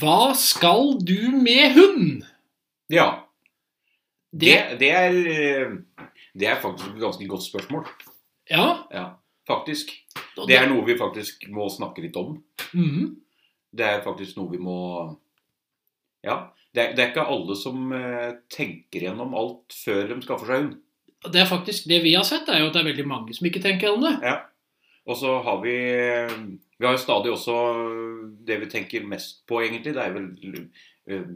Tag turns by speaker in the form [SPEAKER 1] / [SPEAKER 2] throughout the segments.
[SPEAKER 1] Hva skal du med hund?
[SPEAKER 2] Ja.
[SPEAKER 1] Det
[SPEAKER 2] Det, det, er, eh, det er faktisk et ganske godt spørsmål.
[SPEAKER 1] Ja.
[SPEAKER 2] Faktisk.
[SPEAKER 1] og
[SPEAKER 2] Det er noe vi faktisk må snakke litt om.
[SPEAKER 1] Mhm.
[SPEAKER 2] Det er faktisk noe vi må Ja. Det er, det er ikke alle som eh, tenker gjennom alt før de skaffer seg hund.
[SPEAKER 1] Det er faktisk det vi har sett, er jo at det er veldig mange som ikke tenker om det.
[SPEAKER 2] Og så har vi eh, Vi har jo stadig også det vi tenker mest på, egentlig. Det er vel eh,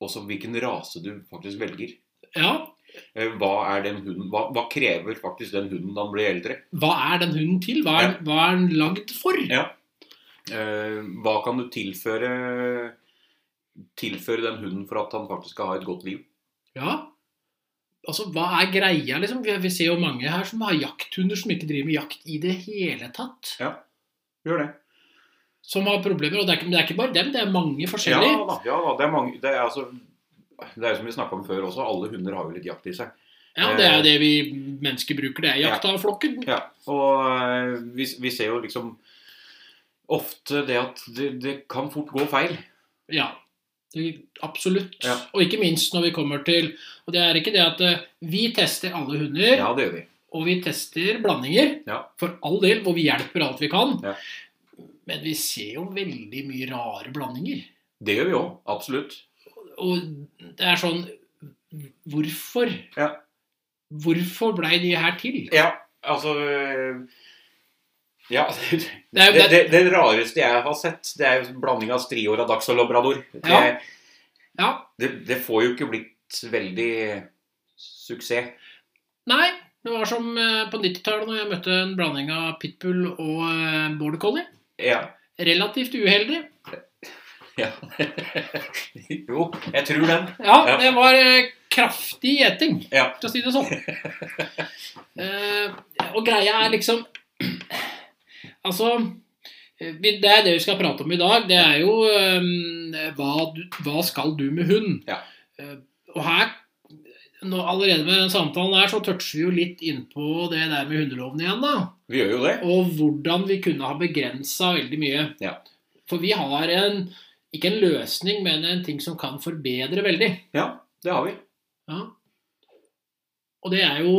[SPEAKER 2] også hvilken rase du faktisk velger.
[SPEAKER 1] Ja.
[SPEAKER 2] Eh, Hva er den hunden hva, hva krever faktisk den hunden når han blir eldre?
[SPEAKER 1] Hva er den hunden til? Hva er, hva er den lagd for?
[SPEAKER 2] Eh, Hva kan du tilføre Tilføre den hunden for at han faktisk skal ha et godt liv?
[SPEAKER 1] Ja. Altså, hva er greia, liksom? Vi, vi ser jo mange her som har jakthunder som ikke driver med jakt i det hele tatt.
[SPEAKER 2] Gjør det.
[SPEAKER 1] Som har problemer. Og det er ikke, men det er ikke bare dem, det er mange
[SPEAKER 2] Ja
[SPEAKER 1] forskjellige.
[SPEAKER 2] da, ja da. Det er mange Det er altså det er jo som vi snakka om før også, alle hunder har jo litt jakt i seg.
[SPEAKER 1] Ja, det
[SPEAKER 2] Eh.
[SPEAKER 1] er jo det vi mennesker bruker. Det er jakt av flokken.
[SPEAKER 2] Ja, og eh, vi, vi ser jo liksom ofte det at det, det kan fort gå feil.
[SPEAKER 1] Ja, det, absolutt.
[SPEAKER 2] Ja.
[SPEAKER 1] Og ikke minst når vi kommer til Og det er ikke det at eh, vi tester alle hunder,
[SPEAKER 2] Ja, det gjør vi.
[SPEAKER 1] og vi tester blandinger,
[SPEAKER 2] Ja.
[SPEAKER 1] for all del, hvor vi hjelper alt vi kan.
[SPEAKER 2] Ja.
[SPEAKER 1] Men vi ser jo veldig mye rare blandinger.
[SPEAKER 2] Det gjør vi òg. Absolutt.
[SPEAKER 1] Og det er sånn Hvorfor?
[SPEAKER 2] Ja.
[SPEAKER 1] Hvorfor blei de her til?
[SPEAKER 2] Ja, altså eh, Ja. Det,
[SPEAKER 1] Det er,
[SPEAKER 2] det,
[SPEAKER 1] jo- det,
[SPEAKER 2] det rareste jeg har sett, det er jo blanding av striår og dachs og labrador. Det,
[SPEAKER 1] Ja. ja.
[SPEAKER 2] det, det får jo ikke blitt veldig suksess.
[SPEAKER 1] Nei. Det var som eh, på 90-tallet, når jeg møtte en blanding av pitbull og eh, border collie.
[SPEAKER 2] Ja.
[SPEAKER 1] Relativt uheldig.
[SPEAKER 2] ja. jo, jeg tror den.
[SPEAKER 1] Ja,
[SPEAKER 2] Ja.
[SPEAKER 1] det var eh, kraftig gjeting,
[SPEAKER 2] Ja.
[SPEAKER 1] for å si det sånn. Eh, og greia er liksom Altså eh, vi- Det er det vi skal prate om i dag. Det er jo eh, hva, du, hva skal du med hund?
[SPEAKER 2] Ja.
[SPEAKER 1] Eh, og her nå, Allerede med den samtalen her så toucher vi jo litt innpå det der med hundeloven igjen, da.
[SPEAKER 2] Vi gjør jo det.
[SPEAKER 1] Og hvordan vi kunne ha begrensa veldig mye.
[SPEAKER 2] Ja.
[SPEAKER 1] For vi har en ikke en løsning, men en ting som kan forbedre veldig.
[SPEAKER 2] Ja, det har vi.
[SPEAKER 1] Ja. Og det er jo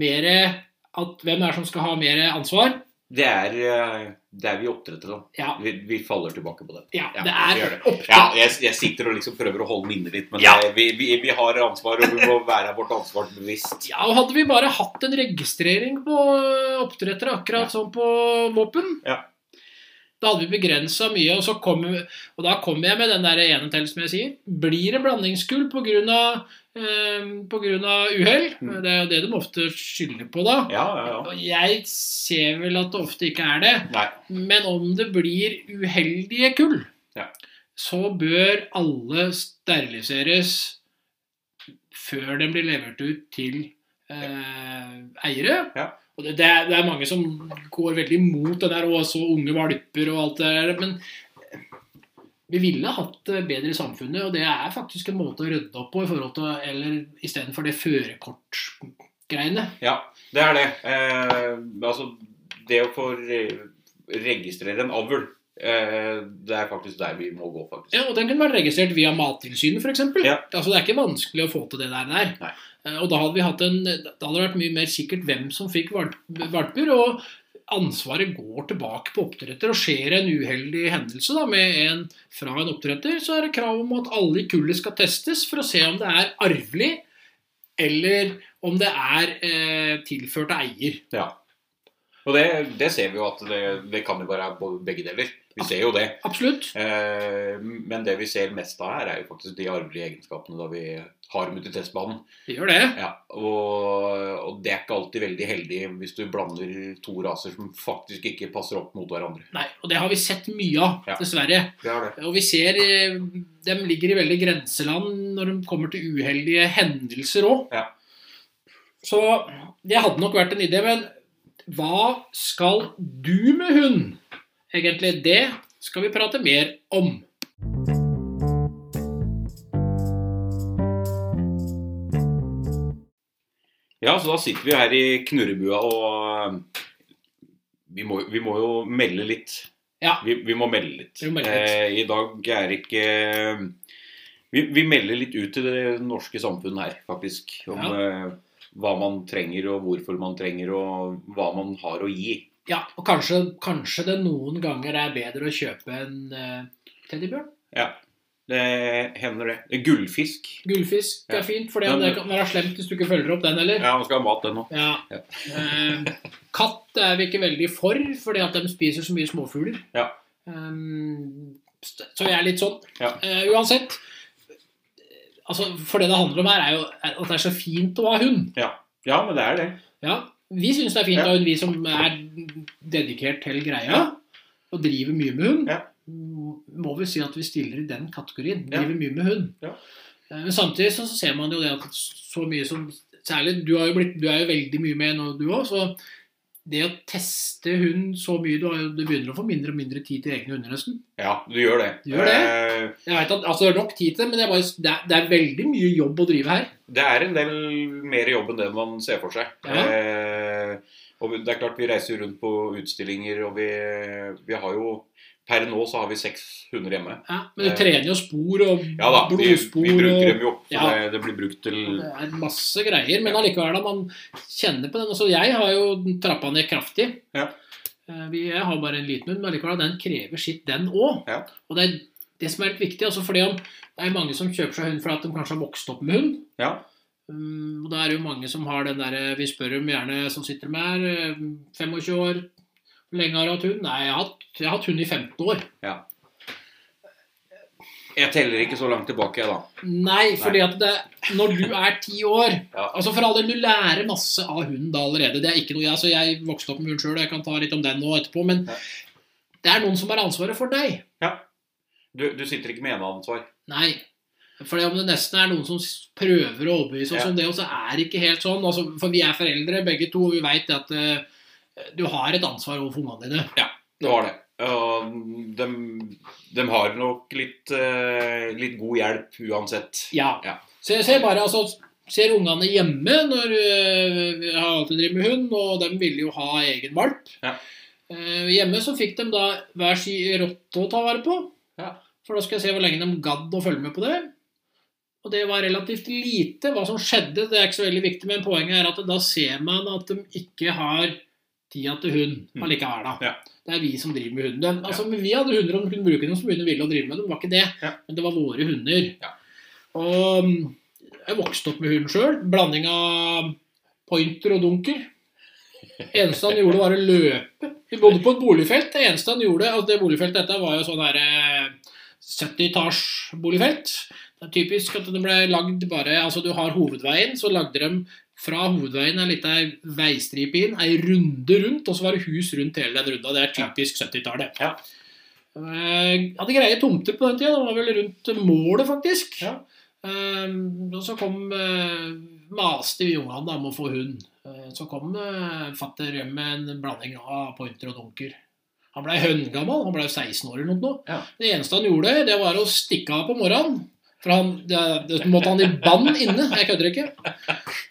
[SPEAKER 1] mer at hvem er det som skal ha mer ansvar?
[SPEAKER 2] Det er, eh, det er vi oppdrettere, da.
[SPEAKER 1] Ja,
[SPEAKER 2] Vi, vi faller tilbake på det.
[SPEAKER 1] ja,
[SPEAKER 2] Ja,
[SPEAKER 1] det
[SPEAKER 2] vi
[SPEAKER 1] er
[SPEAKER 2] gjør det. Ja,
[SPEAKER 1] opptak.
[SPEAKER 2] jeg, jeg sitter og liksom prøver å holde minnet litt, men
[SPEAKER 1] Ja.
[SPEAKER 2] eh, vi, vi, vi har ansvar, og vi må være vårt ansvar bevisst.
[SPEAKER 1] Ja, og hadde vi bare hatt en registrering på øh, oppdrettere, akkurat
[SPEAKER 2] Ja.
[SPEAKER 1] som på våpen,
[SPEAKER 2] Ja.
[SPEAKER 1] da hadde vi begrensa mye. Og, så kom, og da kommer jeg med den der ene til som jeg sier. Blir det blandingskull pga. eh, uhell?
[SPEAKER 2] Mm.
[SPEAKER 1] Det er jo det de ofte skylder på da.
[SPEAKER 2] Ja, ja, ja.
[SPEAKER 1] Og jeg ser vel at det ofte ikke er det.
[SPEAKER 2] Nei.
[SPEAKER 1] Men om det blir uheldige kull,
[SPEAKER 2] Ja.
[SPEAKER 1] så bør alle steriliseres før den blir levert ut til eh, eiere.
[SPEAKER 2] Ja.
[SPEAKER 1] Og det, det, er, det er mange som går veldig imot det der, og så unge valper og alt det der. Men vi ville hatt det bedre i samfunnet, og det er faktisk en måte å rydde opp på i forhold til, eller istedenfor det førerkortgreiene.
[SPEAKER 2] Ja, det er det. Eh, altså, det å få re- registrere en avl, eh, det er faktisk der vi må gå, faktisk.
[SPEAKER 1] Ja, og Den kunne vært registrert via Mattilsynet, f.eks.
[SPEAKER 2] Ja.
[SPEAKER 1] Altså, det er ikke vanskelig å få til det der. der.
[SPEAKER 2] Nei.
[SPEAKER 1] Eh, Og da hadde vi hatt en, da hadde det vært mye mer sikkert hvem som fikk valp, valper. og Ansvaret går tilbake på oppdretter, og skjer en uheldig hendelse da, med en fra en oppdretter, så er det krav om at alle i kullet skal testes for å se om det er arvelig, eller om det er eh, tilført av eier.
[SPEAKER 2] Og det, det ser vi jo at det, det kan jo være både- begge deler. Vi ser jo det.
[SPEAKER 1] Absolutt.
[SPEAKER 2] Eh, men det vi ser mest av her, er jo faktisk de arvelige egenskapene da vi har dem ute i testbanen.
[SPEAKER 1] Det gjør det.
[SPEAKER 2] Ja, og, og det er ikke alltid veldig heldig hvis du blander to raser som faktisk ikke passer opp mot hverandre.
[SPEAKER 1] Nei, Og det har vi sett mye av,
[SPEAKER 2] Ja.
[SPEAKER 1] dessverre.
[SPEAKER 2] Det er det.
[SPEAKER 1] Og vi ser eh, de ligger i veldig grenseland når de kommer til uheldige hendelser òg.
[SPEAKER 2] Ja.
[SPEAKER 1] Så det hadde nok vært en idé. Men hva skal du med hund? Egentlig, det skal vi prate mer om.
[SPEAKER 2] Ja, så da sitter vi um, her i knurrebua og eh, vi må, vi må jo melde litt
[SPEAKER 1] Ja.
[SPEAKER 2] Vi, vi må melde litt.
[SPEAKER 1] Vi må melde litt.
[SPEAKER 2] Eh, I dag er ikke um, vi, vi melder litt ut til det norske samfunnet her, faktisk. Om eh, hva man trenger, og hvorfor man trenger, og hva man har å gi.
[SPEAKER 1] Ja, og kanskje, kanskje det noen ganger er bedre å kjøpe en eh, teddybjørn.
[SPEAKER 2] Ja, det hender det. Gullfisk.
[SPEAKER 1] Gullfisk det er
[SPEAKER 2] Ja.
[SPEAKER 1] fint, for det,
[SPEAKER 2] Ja, men-
[SPEAKER 1] det kan være slemt hvis du ikke følger opp den heller.
[SPEAKER 2] Ja, man skal ha mat, den òg.
[SPEAKER 1] Ja.
[SPEAKER 2] Ja.
[SPEAKER 1] Eh, katt er vi ikke veldig for, fordi at de spiser så mye småfugler.
[SPEAKER 2] Ja.
[SPEAKER 1] Ehm, st- så jeg er litt sånn.
[SPEAKER 2] Ja.
[SPEAKER 1] Eh, uansett. Altså, for det det handler om her, er jo er at det er så fint å ha hund.
[SPEAKER 2] Ja, men det er det.
[SPEAKER 1] Ja, Vi syns det er fint å ha hund, vi som er dedikert til greia og driver mye med hund.
[SPEAKER 2] Ja.
[SPEAKER 1] Må vi si at vi stiller i den kategorien.
[SPEAKER 2] Ja.
[SPEAKER 1] Driver mye med hund.
[SPEAKER 2] Ja.
[SPEAKER 1] Eh, Men samtidig så ser man jo det at så mye som Særlig du, har jo blitt, du er jo veldig mye med nå, du òg. Så det å teste hund så mye Du, har jo, du begynner å få mindre og mindre tid til egne hunder, nesten.
[SPEAKER 2] Ja, du gjør det.
[SPEAKER 1] Du gjør det.
[SPEAKER 2] Eh,
[SPEAKER 1] Jeg vet at, altså Det er nok tid til det, men det er, bare, det, er, det er veldig mye jobb å drive her.
[SPEAKER 2] Det er en del mer jobb enn det man ser for seg.
[SPEAKER 1] Ja.
[SPEAKER 2] Eh, og det er klart Vi reiser jo rundt på utstillinger, og vi, vi har jo Per nå så har vi seks hunder hjemme.
[SPEAKER 1] Ja, men du
[SPEAKER 2] Eh.
[SPEAKER 1] trener jo spor og
[SPEAKER 2] Ja da, vi,
[SPEAKER 1] blodspor
[SPEAKER 2] vi bruker
[SPEAKER 1] og
[SPEAKER 2] dem jo. Så
[SPEAKER 1] Ja.
[SPEAKER 2] det, det blir brukt til
[SPEAKER 1] det er masse greier, men allikevel da, man kjenner på den. Altså, jeg har jo trappa ned kraftig.
[SPEAKER 2] Ja.
[SPEAKER 1] Eh, vi- Jeg har bare en liten hund, men allikevel den krever sitt, den òg.
[SPEAKER 2] Ja.
[SPEAKER 1] Og det er det som er litt viktig. Altså fordi om det er mange som kjøper seg hund fordi at de kanskje har vokst opp med hund.
[SPEAKER 2] Ja.
[SPEAKER 1] Um, og da er det jo mange som har den derre Vi spør dem gjerne som sitter med her, um, 25 år, hvor lenge har du hatt hund? Nei, jeg har hatt, jeg har hatt hund i 15 år.
[SPEAKER 2] Jeg teller ikke så langt tilbake, jeg, da.
[SPEAKER 1] Nei, fordi at det, når du er ti år
[SPEAKER 2] Ja.
[SPEAKER 1] Altså For all del, du lærer masse av hunden da allerede. Det er ikke noe Jeg, altså jeg vokste opp med hund sjøl, og jeg kan ta litt om den nå etterpå. Men
[SPEAKER 2] Ja.
[SPEAKER 1] det er noen som har ansvaret for deg.
[SPEAKER 2] Du, du sitter ikke med eneansvar.
[SPEAKER 1] Nei. For om det nesten er noen som s- prøver å overbevise oss
[SPEAKER 2] Ja.
[SPEAKER 1] om det, og så er det ikke helt sånn. Altså, for vi er foreldre begge to, og vi veit at eh, du har et ansvar overfor ungene dine.
[SPEAKER 2] Det var det. Og de, har nok litt, eh, litt god hjelp uansett.
[SPEAKER 1] Ja.
[SPEAKER 2] Ja.
[SPEAKER 1] Så jeg ser bare, altså, ser ungene hjemme når øh, Jeg har alltid drevet med hund, og de ville jo ha egen valp.
[SPEAKER 2] Ja.
[SPEAKER 1] Eh, hjemme så fikk de da hver sin rotte å ta vare på.
[SPEAKER 2] Ja.
[SPEAKER 1] For da skal jeg se hvor lenge de gadd å følge med på det. Og det var relativt lite. Hva som skjedde, det er ikke så veldig viktig, men poenget er at da ser man at de ikke har tida til hund
[SPEAKER 2] Mm.
[SPEAKER 1] allikevel, da.
[SPEAKER 2] Ja.
[SPEAKER 1] Det er vi som driver med hunden. Den- Altså, men Vi hadde hunder om de kunne bruke dem som hunder ville å drive med. dem, var ikke det.
[SPEAKER 2] Ja.
[SPEAKER 1] Men det var våre hunder.
[SPEAKER 2] Ja.
[SPEAKER 1] Og mm, jeg vokste opp med hunden sjøl. Blanding av pointer og dunker. Eneste han gjorde, var å løpe. Vi bodde på et boligfelt. Det eneste han gjorde, og det boligfeltet dette var jo sånn her eh, 70-etasj boligfelt. Det er typisk at det ble lagd bare Altså, du har hovedveien, så lagde de fra hovedveien en liten veistripe inn, ei runde rundt, og så var det hus rundt hele den runda. Det er typisk 70-tallet.
[SPEAKER 2] Ja.
[SPEAKER 1] Eh, hadde greie tomter på den tida. Det var vel rundt målet, faktisk.
[SPEAKER 2] Ja.
[SPEAKER 1] Eh, og så kom eh, Maste vi ungene da, om å få hund. Eh, så kom eh, fatter hjem med en blanding av pointer og dunker. Han blei høngammal. Han blei 16 år eller noe.
[SPEAKER 2] Ja.
[SPEAKER 1] Det eneste han gjorde, det var å stikke av på morgenen. For han, det, det måtte han i bann inne. Jeg kødder ikke.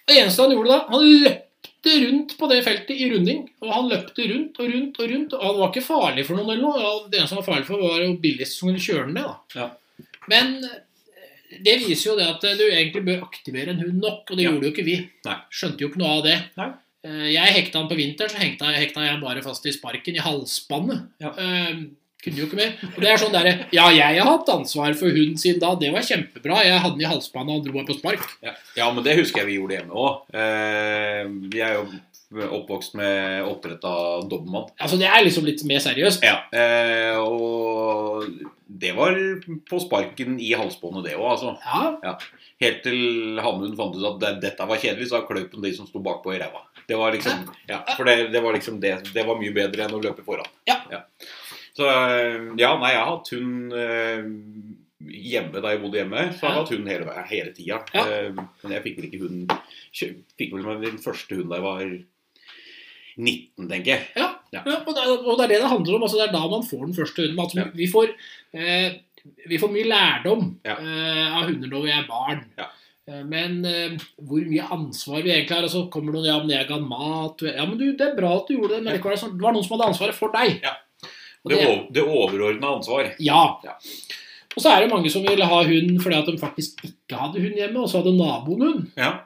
[SPEAKER 1] Det eneste han gjorde da, han løpte rundt på det feltet i runding. Og han løpte rundt og rundt og rundt. Og han var ikke farlig for noen eller noe. Ja, Det eneste han var farlig for, var jo billigst som kunne kjøre den ned, da. Men eh, det viser jo det at eh, du egentlig bør aktivere en hund nok, og det
[SPEAKER 2] Ja.
[SPEAKER 1] gjorde jo ikke vi.
[SPEAKER 2] Nei.
[SPEAKER 1] Skjønte jo ikke noe av det.
[SPEAKER 2] Nei.
[SPEAKER 1] Eh, Jeg hekta han på vinteren, så hekta, hekta jeg han bare fast i sparken, i halsspannet.
[SPEAKER 2] Ja.
[SPEAKER 1] Eh, kunne jo ikke mer. Og det er sånn derre Ja, jeg har hatt ansvar for hunden siden da. Det var kjempebra. Jeg hadde den i halsspannet og han dro meg på spark.
[SPEAKER 2] Ja. ja, men det husker jeg vi gjorde hjemme òg. Eh, vi er jo oppvokst med oppdrett av dobbeltmann.
[SPEAKER 1] Altså, det er liksom litt mer seriøst.
[SPEAKER 2] Ja. Eh, og det var på sparken i halsbåndet, det òg, altså.
[SPEAKER 1] Ja,
[SPEAKER 2] Helt til Hamund fant ut at det, dette var kjedelig, så kløp han de som sto bakpå i ræva. Det var liksom, ja, for det, det var liksom det. Det var mye bedre enn å løpe foran.
[SPEAKER 1] Ja.
[SPEAKER 2] Så eh, ja, nei, jeg har hatt hund eh, hjemme da jeg bodde hjemme. Så jeg
[SPEAKER 1] Ja.
[SPEAKER 2] har hatt hund hele, vei- hele tida.
[SPEAKER 1] Ja.
[SPEAKER 2] Eh, men jeg fikk vel ikke hund kjø- Fikk vel meg den første hunden da jeg var 19, tenker jeg.
[SPEAKER 1] Ja, og, det, og det er det det handler om. Altså, det er da man får den første hunden. Altså,
[SPEAKER 2] Ja.
[SPEAKER 1] vi, får, eh, vi får mye lærdom
[SPEAKER 2] Ja.
[SPEAKER 1] eh, av hunder når vi er barn.
[SPEAKER 2] Ja.
[SPEAKER 1] Eh, Men eh, hvor mye ansvar vi egentlig har. Altså, kommer noen ja, men jeg ga han mat. Ja, men du, Det er bra at du gjorde det, men
[SPEAKER 2] Ja.
[SPEAKER 1] likevel, så- det var noen som hadde ansvaret for deg.
[SPEAKER 2] Ja.
[SPEAKER 1] Og
[SPEAKER 2] Det,
[SPEAKER 1] det-
[SPEAKER 2] ov- det overordna ansvar.
[SPEAKER 1] Ja.
[SPEAKER 2] Ja.
[SPEAKER 1] Og så er det mange som vil ha hund fordi at de faktisk ikke hadde hund hjemme, og så hadde naboen hund.
[SPEAKER 2] Ja.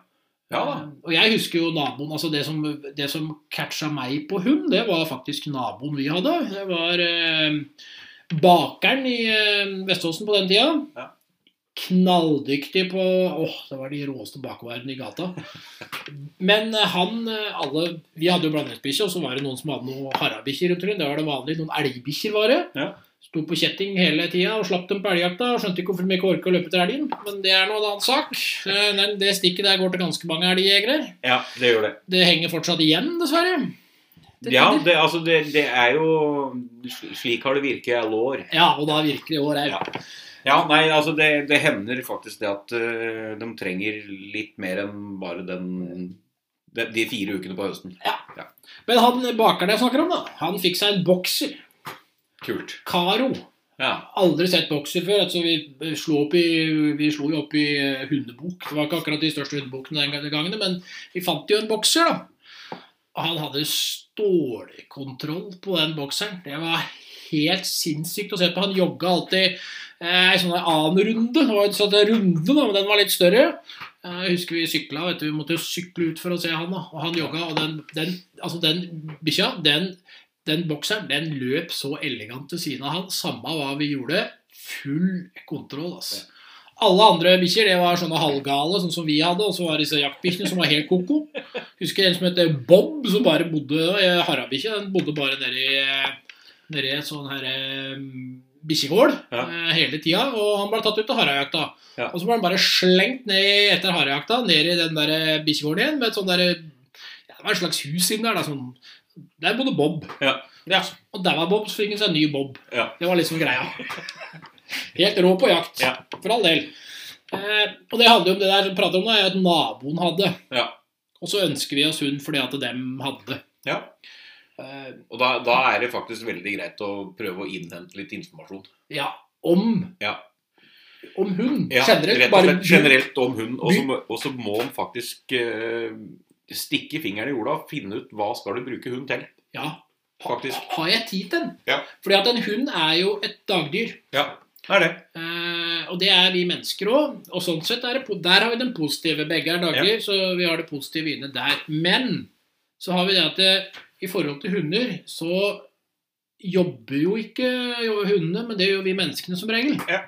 [SPEAKER 2] ja da.
[SPEAKER 1] Um, Og jeg husker jo naboen, altså det som, det som catcha meg på hund, det var faktisk naboen vi hadde. Det var eh, bakeren i eh, Veståsen på den tida.
[SPEAKER 2] Ja.
[SPEAKER 1] Knalldyktig på Åh, det var de råeste bakervarene i gata. Men eh, han eh, alle, Vi hadde jo blandingsbikkje, og så var det noen som hadde noen harabikkjer rundt omkring. Det var det vanlige. Noen elgbikkjer var det.
[SPEAKER 2] Ja.
[SPEAKER 1] Sto på kjetting hele tida og slapp dem på elgjakta. og Skjønte ikke hvorfor de ikke orka å løpe etter elgen. Men det er nå en annen sak. Eh, Den, det stikket der går til ganske mange elgjegere.
[SPEAKER 2] Ja, det gjør det.
[SPEAKER 1] Det henger fortsatt igjen, dessverre. Det-
[SPEAKER 2] Ja, det, altså det, det er jo Slik har det virket i alle år.
[SPEAKER 1] Ja, og da virkelig år er
[SPEAKER 2] Ja. Ja, nei, altså det, det hender faktisk det at eh, de trenger litt mer enn bare den de, de fire ukene på høsten.
[SPEAKER 1] Men han bakeren jeg snakker om, da, han fikk seg en bokser.
[SPEAKER 2] Kult.
[SPEAKER 1] Caro.
[SPEAKER 2] Ja.
[SPEAKER 1] Aldri sett bokser før. Altså vi, slo opp i, vi slo jo opp i eh, hundebok. Det var ikke akkurat de største hundebokene den gangen, men vi fant jo en bokser, da. Og han hadde stålkontroll på den bokseren. Det var helt sinnssykt å se på. Han jogga alltid eh, ei sånn der annen runde. Det var jo sånn at runde, da, men den var litt større. Eh, Jeg husker vi sykla, vet du, vi måtte jo sykle ut for å se han. da, Og han jogga, og den, den, altså den bikkja, den den bokseren den løp så elegant til siden av han. Samme hva vi gjorde. Full kontroll, altså. Alle andre bikkjer det var sånne halvgale, sånn som vi hadde. Og så var det disse jaktbikkjene som var helt koko. Husker en som het Bob, som bare bodde eh, Harabikkje. Den bodde bare nedi eh, nedi et sånn her eh, bikkjegård
[SPEAKER 2] Ja.
[SPEAKER 1] eh, hele tida. Og han ble tatt ut til harajakta.
[SPEAKER 2] Ja.
[SPEAKER 1] Og så ble han bare slengt ned etter harajakta, ned i den der eh, bikkjegården igjen med et sånn derre ja, Det var et slags hus inni der, da. Sånn, der bodde Bob.
[SPEAKER 2] Ja.
[SPEAKER 1] Og der var Bob, så fikk han seg en ny Bob.
[SPEAKER 2] Ja.
[SPEAKER 1] Det var liksom greia. Helt rå på jakt,
[SPEAKER 2] Ja.
[SPEAKER 1] for all del. Eh, og det handler jo om det der som prater om, da, at naboen hadde.
[SPEAKER 2] Ja.
[SPEAKER 1] Og så ønsker vi oss hund fordi at dem hadde.
[SPEAKER 2] ja.
[SPEAKER 1] Eh,
[SPEAKER 2] Og da, da er det faktisk veldig greit å prøve å innhente litt informasjon.
[SPEAKER 1] ja, om.
[SPEAKER 2] Ja.
[SPEAKER 1] Om hund.
[SPEAKER 2] Ja,
[SPEAKER 1] generelt.
[SPEAKER 2] rett og
[SPEAKER 1] Bare
[SPEAKER 2] slett, generelt om hund. Og så må- Og så må han faktisk eh, stikke fingeren i jorda og finne ut hva skal du bruke hund til.
[SPEAKER 1] Ja.
[SPEAKER 2] Faktisk.
[SPEAKER 1] Har jeg tid til den?
[SPEAKER 2] Ja.
[SPEAKER 1] Fordi at en hund er jo et dagdyr.
[SPEAKER 2] Ja, det er det.
[SPEAKER 1] Eh, og det er vi mennesker òg. Og sånn sett er det, po- der har vi den positive. Begge er daglig, så vi har det positive inne der. Men så har vi det at det, i forhold til hunder, så jobber jo ikke jo- hundene, men det gjør vi menneskene som regel.
[SPEAKER 2] Ja.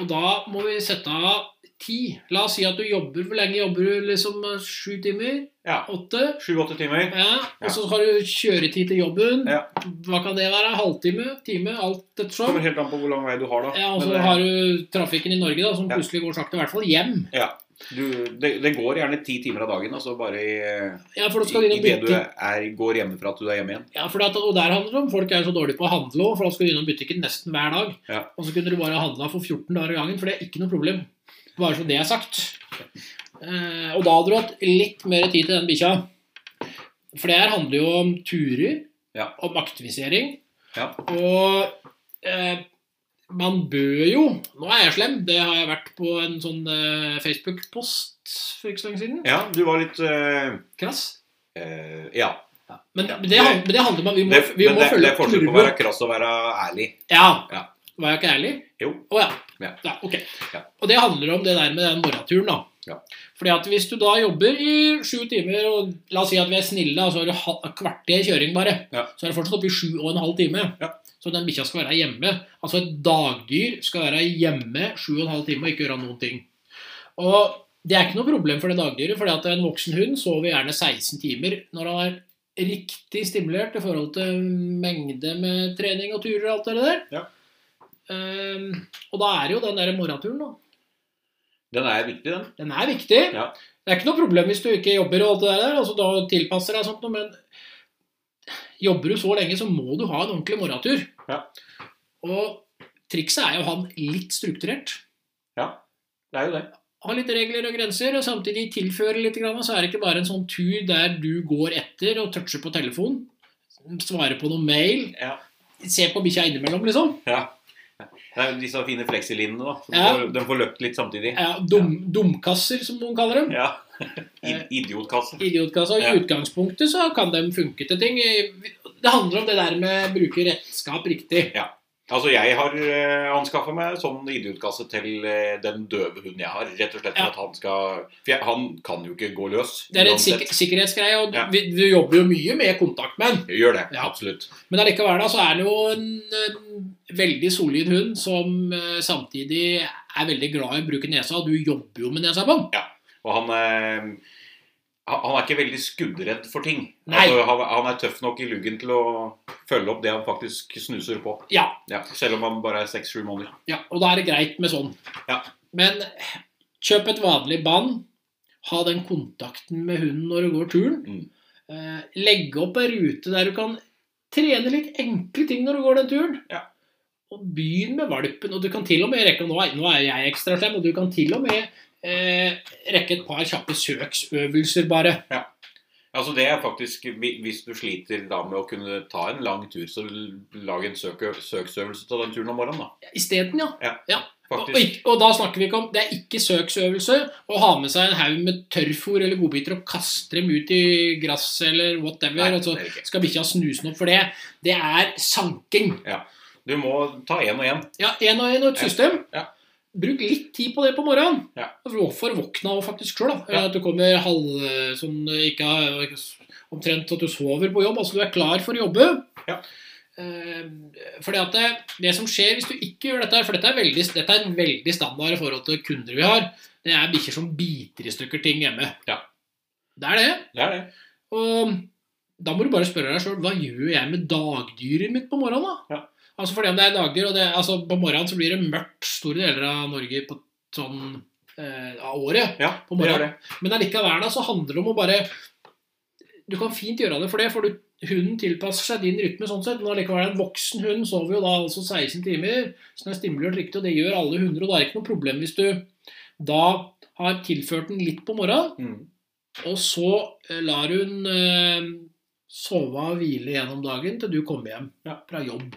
[SPEAKER 1] Og da må vi sette av tid. La oss si at du jobber Hvor lenge jobber du? Liksom eh, sju timer?
[SPEAKER 2] Ja.
[SPEAKER 1] Åtte?
[SPEAKER 2] Sju-åtte timer.
[SPEAKER 1] Ja, og så har du kjøretid til jobben.
[SPEAKER 2] Ja.
[SPEAKER 1] Hva kan det være? Halvtime? Time? Alt ettersom.
[SPEAKER 2] Kommer helt an på hvor lang vei du har, da.
[SPEAKER 1] Ja, og
[SPEAKER 2] Men eh,
[SPEAKER 1] så
[SPEAKER 2] det-
[SPEAKER 1] har du trafikken i Norge da, som
[SPEAKER 2] Ja.
[SPEAKER 1] plutselig går sakte, i hvert fall hjem.
[SPEAKER 2] Du, det, det går gjerne ti timer av dagen, altså bare i,
[SPEAKER 1] Ja, for da skal
[SPEAKER 2] i,
[SPEAKER 1] du inn
[SPEAKER 2] i
[SPEAKER 1] og
[SPEAKER 2] det du
[SPEAKER 1] bytte.
[SPEAKER 2] er, går hjemmefra til du er hjemme igjen.
[SPEAKER 1] Ja, for det, at- og der handler det om, folk er jo så dårlige på å handle også, for da skal du innom butikken nesten hver dag.
[SPEAKER 2] Ja.
[SPEAKER 1] Og så kunne du bare handla for 14 dager i gangen, for det er ikke noe problem. Bare så det er sagt. Eh, og da hadde du hatt litt mer tid til den bikkja. For det her handler jo om turer,
[SPEAKER 2] Ja.
[SPEAKER 1] om aktivisering.
[SPEAKER 2] Ja.
[SPEAKER 1] Og eh, man bør jo Nå er jeg slem, det har jeg vært på en sånn eh, Facebook-post for ikke så lenge siden.
[SPEAKER 2] Ja, du var litt eh,
[SPEAKER 1] Krass.
[SPEAKER 2] eh, Ja.
[SPEAKER 1] Men,
[SPEAKER 2] Ja,
[SPEAKER 1] men det, handler- men det handler om at vi må, vi
[SPEAKER 2] men
[SPEAKER 1] må
[SPEAKER 2] det,
[SPEAKER 1] følge
[SPEAKER 2] det er forskjell på å
[SPEAKER 1] kurven.
[SPEAKER 2] være krass og være ærlig.
[SPEAKER 1] Ja.
[SPEAKER 2] Ja.
[SPEAKER 1] Var jeg ikke ærlig?
[SPEAKER 2] Jo.
[SPEAKER 1] Å ja.
[SPEAKER 2] Ja.
[SPEAKER 1] ok.
[SPEAKER 2] Ja.
[SPEAKER 1] Og det handler om det der med den morgenturen, da.
[SPEAKER 2] Ja.
[SPEAKER 1] Fordi at hvis du da jobber i sju timer, og la oss si at vi er snille, og så har du ha- et kvarter kjøring bare,
[SPEAKER 2] Ja.
[SPEAKER 1] så er det fortsatt oppe i sju og en halv time.
[SPEAKER 2] Ja.
[SPEAKER 1] Så den bikkja skal være hjemme. Altså et dagdyr skal være hjemme sju og en halv time og ikke gjøre noen ting. Og det er ikke noe problem for det dagdyret, fordi at en voksen hund sover gjerne 16 timer når han er riktig stimulert i forhold til mengde med trening og turer og alt det der.
[SPEAKER 2] Ja.
[SPEAKER 1] Ehm, og da er jo den der morgenturen, da.
[SPEAKER 2] Den er viktig, den.
[SPEAKER 1] Den er viktig.
[SPEAKER 2] Ja.
[SPEAKER 1] Det er ikke noe problem hvis du ikke jobber og alt det der, altså da tilpasser deg sånt noe, men jobber du så lenge, så må du ha en ordentlig morgentur.
[SPEAKER 2] Ja.
[SPEAKER 1] Og trikset er jo å ha den litt strukturert.
[SPEAKER 2] Det er jo det.
[SPEAKER 1] ha litt regler og grenser, og samtidig tilføre litt, grann, så er det ikke bare en sånn tur der du går etter og toucher på telefon, svarer på noen mail,
[SPEAKER 2] Ja.
[SPEAKER 1] ser på bikkja innimellom, liksom.
[SPEAKER 2] Det er disse fine fleksilinjene, da. så
[SPEAKER 1] Ja.
[SPEAKER 2] Den får, den får løpt litt samtidig.
[SPEAKER 1] Ja, dum, Dumkasser, som noen kaller dem.
[SPEAKER 2] Ja.
[SPEAKER 1] Eh.
[SPEAKER 2] I- Idiotkasse.
[SPEAKER 1] idiotkassa.
[SPEAKER 2] Ja.
[SPEAKER 1] I utgangspunktet så kan de funke til ting. Det handler om det der med å bruke redskap riktig.
[SPEAKER 2] Altså, jeg har eh, anskaffa meg sånn idiotkasse til eh, den døve hunden jeg har. Rett og slett for
[SPEAKER 1] Ja.
[SPEAKER 2] at han skal For jeg, han kan jo ikke gå løs.
[SPEAKER 1] Det er en
[SPEAKER 2] uansett.
[SPEAKER 1] sik sikkerhetsgreie, og du,
[SPEAKER 2] Ja.
[SPEAKER 1] vi, du jobber jo mye med kontaktmenn.
[SPEAKER 2] Jeg Gjør det.
[SPEAKER 1] Ja.
[SPEAKER 2] Absolutt.
[SPEAKER 1] Men allikevel da, så er det jo en, en veldig solid hund som eh, samtidig er veldig glad i å bruke nesa, og du jobber jo med nesa på den.
[SPEAKER 2] Og han eh, han han er ikke veldig skuddredd for ting.
[SPEAKER 1] Nei.
[SPEAKER 2] Altså, han, han er tøff nok i luggen til å følge opp det han faktisk snuser på.
[SPEAKER 1] Ja,
[SPEAKER 2] Ja, selv om han bare er seks-sju måneder.
[SPEAKER 1] ja, og da er det greit med sånn.
[SPEAKER 2] Ja.
[SPEAKER 1] Men kjøp et vanlig bånd. Ha den kontakten med hunden når du går turen.
[SPEAKER 2] Mm.
[SPEAKER 1] Eh, legge opp ei rute der du kan trene litt enkle ting når du går den turen.
[SPEAKER 2] Ja.
[SPEAKER 1] Og begynn med valpen. Og du kan til og med rekke Nå er, nå er jeg ekstra slem, og du kan til og med eh, rekke et par kjappe søksøvelser, bare.
[SPEAKER 2] Altså det er faktisk, hvi- Hvis du sliter da med å kunne ta en lang tur, så lag en søk søksøvelse til den turen om morgenen. da.
[SPEAKER 1] Isteden, ja. Og, og,
[SPEAKER 2] Faktisk.
[SPEAKER 1] ikk- og da snakker vi ikke om Det er ikke søksøvelse å ha med seg en haug med tørrfôr eller godbiter og kaste dem ut i gresset eller whatever.
[SPEAKER 2] Nei,
[SPEAKER 1] og så
[SPEAKER 2] det er det ikke.
[SPEAKER 1] skal bikkja snusen opp for det. Det er sanking.
[SPEAKER 2] Du må ta én og én.
[SPEAKER 1] Ja, én og én og et
[SPEAKER 2] Ja.
[SPEAKER 1] system.
[SPEAKER 2] Ja.
[SPEAKER 1] Bruk litt tid på det på morgenen.
[SPEAKER 2] Ja.
[SPEAKER 1] For våkna og faktisk sjøl, da.
[SPEAKER 2] Ja.
[SPEAKER 1] At du kommer halv sånn ikke har- Omtrent at du sover på jobb. Altså du er klar for å jobbe.
[SPEAKER 2] Ja.
[SPEAKER 1] Eh, Fordi at det, det som skjer hvis du ikke gjør dette her, For dette er, veldig, dette er en veldig standard i forhold til kunder vi har. Det er bikkjer som biter i stykker ting hjemme.
[SPEAKER 2] Ja.
[SPEAKER 1] Det er det.
[SPEAKER 2] Det er det.
[SPEAKER 1] Og da må du bare spørre deg sjøl hva gjør jeg med dagdyret mitt på morgenen. da? Altså fordi om det er dagdyr, og det, altså På morgenen så blir det mørkt store deler av Norge på sånn eh, av året.
[SPEAKER 2] Ja,
[SPEAKER 1] På
[SPEAKER 2] det er
[SPEAKER 1] morgenen.
[SPEAKER 2] det.
[SPEAKER 1] Men allikevel da, så handler det om å bare Du kan fint gjøre det for det, for du, hunden tilpasser seg din rytme sånn sett. Men allikevel er det en voksen hund sover jo da altså 16 timer, så den er stimulert riktig, og det gjør alle hunder. Og det er ikke noe problem hvis du da har tilført den litt på morgenen.
[SPEAKER 2] Mm.
[SPEAKER 1] Og så eh, lar hun eh, sove og hvile gjennom dagen til du kommer hjem
[SPEAKER 2] Ja.
[SPEAKER 1] fra jobb.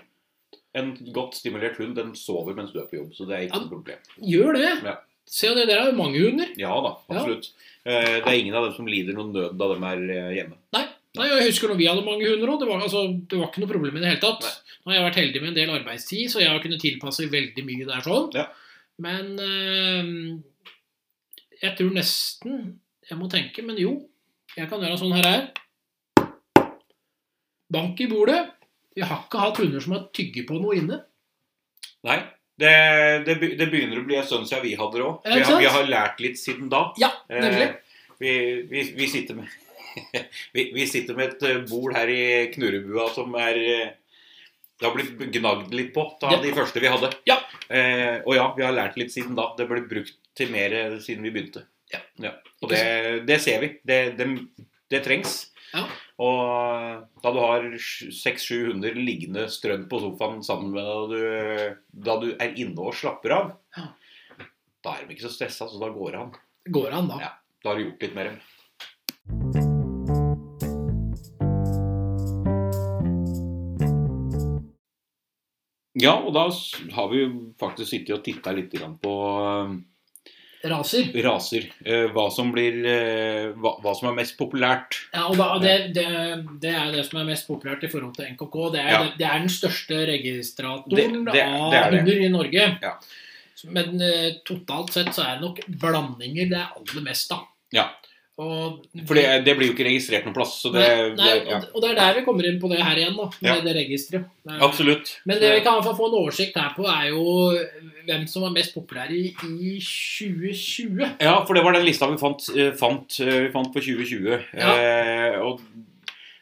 [SPEAKER 2] En godt stimulert hund den sover mens du er på jobb, så det er ikke
[SPEAKER 1] Ja.
[SPEAKER 2] noe problem.
[SPEAKER 1] Gjør det!
[SPEAKER 2] Ja.
[SPEAKER 1] Se, og det der er jo mange hunder.
[SPEAKER 2] Ja da,
[SPEAKER 1] Ja.
[SPEAKER 2] absolutt. Eh, Det er ingen av dem som lider noen nød da de er eh, hjemme.
[SPEAKER 1] Nei, jeg husker når vi hadde mange hunder òg. Det, var- altså, det var ikke noe problem i det hele tatt.
[SPEAKER 2] Nei.
[SPEAKER 1] Nå har jeg vært heldig med en del arbeidstid, så jeg har kunnet tilpasse veldig mye der sånn.
[SPEAKER 2] Ja.
[SPEAKER 1] Men eh, jeg tror nesten Jeg må tenke, men jo. Jeg kan gjøre sånn her her. Bank i bordet. Vi har ikke hatt hunder som har tygget på noe inne.
[SPEAKER 2] Nei, det, det, be- det begynner å bli en stund siden vi hadde det òg.
[SPEAKER 1] Er det
[SPEAKER 2] Vi, har-
[SPEAKER 1] sant?
[SPEAKER 2] vi har lært litt siden da.
[SPEAKER 1] Ja, nemlig.
[SPEAKER 2] Eh, vi, vi, vi, sitter med, vi, vi sitter med et eh, bord her i Knurrebua som er eh, Det har blitt gnagd litt på av
[SPEAKER 1] Ja.
[SPEAKER 2] de første vi hadde.
[SPEAKER 1] Ja.
[SPEAKER 2] Eh, og ja, vi har lært litt siden da. Det ble brukt til mer eh, siden vi begynte.
[SPEAKER 1] Ja.
[SPEAKER 2] Og det, det ser vi. Det, det, det trengs.
[SPEAKER 1] Ja.
[SPEAKER 2] Og eh, da du har seks-sju hunder liggende strødd på sofaen sammen med deg, og du, eh, da du er inne og slapper av,
[SPEAKER 1] Ja.
[SPEAKER 2] da er de ikke så stressa, så da går det an.
[SPEAKER 1] går an, da.
[SPEAKER 2] Ja. Da har du gjort litt mer. Ja, og da s- har vi jo faktisk sittet og titta litt grann på
[SPEAKER 1] Raser.
[SPEAKER 2] eh, raser. Eh, Hva som blir eh, hva, hva som er mest populært.
[SPEAKER 1] Ja, og da, det, det, det er det som er mest populært i forhold til NKK. Det er,
[SPEAKER 2] Ja.
[SPEAKER 1] det, er den største registratoren
[SPEAKER 2] Det- det- det er
[SPEAKER 1] av
[SPEAKER 2] det.
[SPEAKER 1] hunder i Norge.
[SPEAKER 2] Ja.
[SPEAKER 1] Men eh, totalt sett så er det nok blandinger det er aller mest av.
[SPEAKER 2] Ja.
[SPEAKER 1] Og,
[SPEAKER 2] For det, det blir jo ikke registrert noen plass, så det,
[SPEAKER 1] nei, nei,
[SPEAKER 2] det ja.
[SPEAKER 1] og- Og det er der vi kommer inn på det her igjen, da. Med
[SPEAKER 2] Ja.
[SPEAKER 1] det registeret. Eh,
[SPEAKER 2] Absolutt.
[SPEAKER 1] Men det vi kan i hvert fall få en oversikt her på, er jo hvem som var mest populær i, i 2020.
[SPEAKER 2] Ja, for det var den lista vi fant, eh, fant, eh, vi fant for 2020.
[SPEAKER 1] Ja.
[SPEAKER 2] Eh, og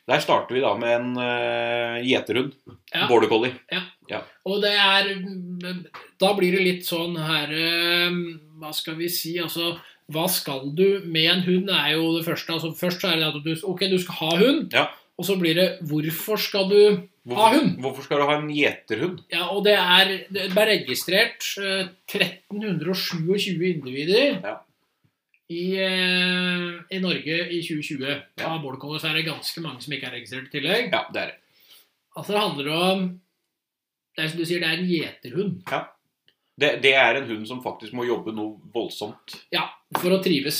[SPEAKER 2] der starter vi da med en eh, gjeterhund.
[SPEAKER 1] Ja.
[SPEAKER 2] Border collie.
[SPEAKER 1] Og det er Da blir det litt sånn her eh, Hva skal vi si? Altså, hva skal du med en hund? er jo det første. Altså, først så er det at du Ok, du skal ha hund.
[SPEAKER 2] Ja.
[SPEAKER 1] Og så blir det Hvorfor skal du ha hund?
[SPEAKER 2] hvorfor skal du ha en gjeterhund?
[SPEAKER 1] Ja, og det er Det ble registrert eh, 1327 individer
[SPEAKER 2] Ja.
[SPEAKER 1] i, eh, i Norge i 2020.
[SPEAKER 2] Ja.
[SPEAKER 1] Av border collie så er det ganske mange som ikke er registrert i tillegg.
[SPEAKER 2] Ja, det er det.
[SPEAKER 1] Altså, det handler om Det er som du sier, det er en gjeterhund.
[SPEAKER 2] Ja. Det, det er en hund som faktisk må jobbe noe voldsomt.
[SPEAKER 1] Ja, for å trives.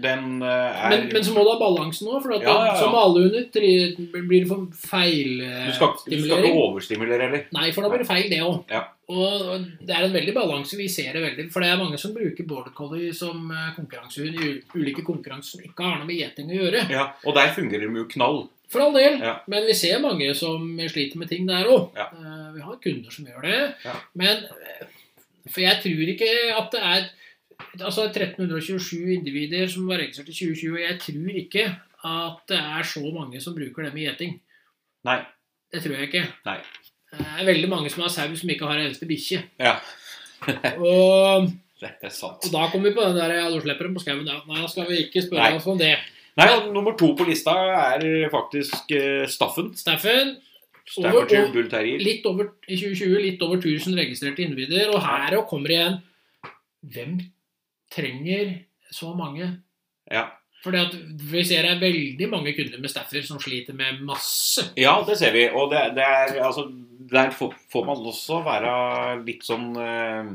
[SPEAKER 2] Den eh, er
[SPEAKER 1] Men, men så må du ha balansen òg, for at
[SPEAKER 2] Ja, ja, ja.
[SPEAKER 1] som alle hunder tri- blir det for feil eh,
[SPEAKER 2] du, skal, ikke- du skal ikke overstimulere heller.
[SPEAKER 1] Nei, for da blir det feil, det òg.
[SPEAKER 2] Ja.
[SPEAKER 1] Og det er en veldig balanse. Vi ser det veldig. For det er mange som bruker border collie som eh, konkurransehund i u- ulike konkurranser som ikke har noe med gjeting å gjøre.
[SPEAKER 2] Ja, og der fungerer de jo knall.
[SPEAKER 1] For all del.
[SPEAKER 2] Ja.
[SPEAKER 1] Men vi ser mange som sliter med ting der òg.
[SPEAKER 2] Ja.
[SPEAKER 1] Vi har kunder som gjør det.
[SPEAKER 2] Ja.
[SPEAKER 1] Men eh, For jeg tror ikke at det er Altså 1327 individer som var registrert i 2020, og jeg tror ikke at det er så mange som bruker det med gjeting.
[SPEAKER 2] Nei.
[SPEAKER 1] Det tror jeg ikke. Eh,
[SPEAKER 2] Nei.
[SPEAKER 1] Det er veldig mange som har sau som ikke har ei eneste bikkje.
[SPEAKER 2] Ja,
[SPEAKER 1] Og,
[SPEAKER 2] det er sant.
[SPEAKER 1] og da kom vi på den der ja, du slipper dem på skauen. Ja, Nei, da skal vi ikke spørre
[SPEAKER 2] Nei.
[SPEAKER 1] oss om det.
[SPEAKER 2] Nei, og nummer to på lista er faktisk eh, Staffen.
[SPEAKER 1] Steffen, over,
[SPEAKER 2] Staffordshire
[SPEAKER 1] og,
[SPEAKER 2] Bull Terrier.
[SPEAKER 1] litt over i 2020 litt over 1000 registrerte individer, og her og kommer det igjen Hvem trenger så mange?
[SPEAKER 2] Ja.
[SPEAKER 1] Fordi at vi ser det er veldig mange kunder med staffer som sliter med masse.
[SPEAKER 2] Ja, det ser vi. Og det, det er, altså, der får, får man også være litt sånn eh,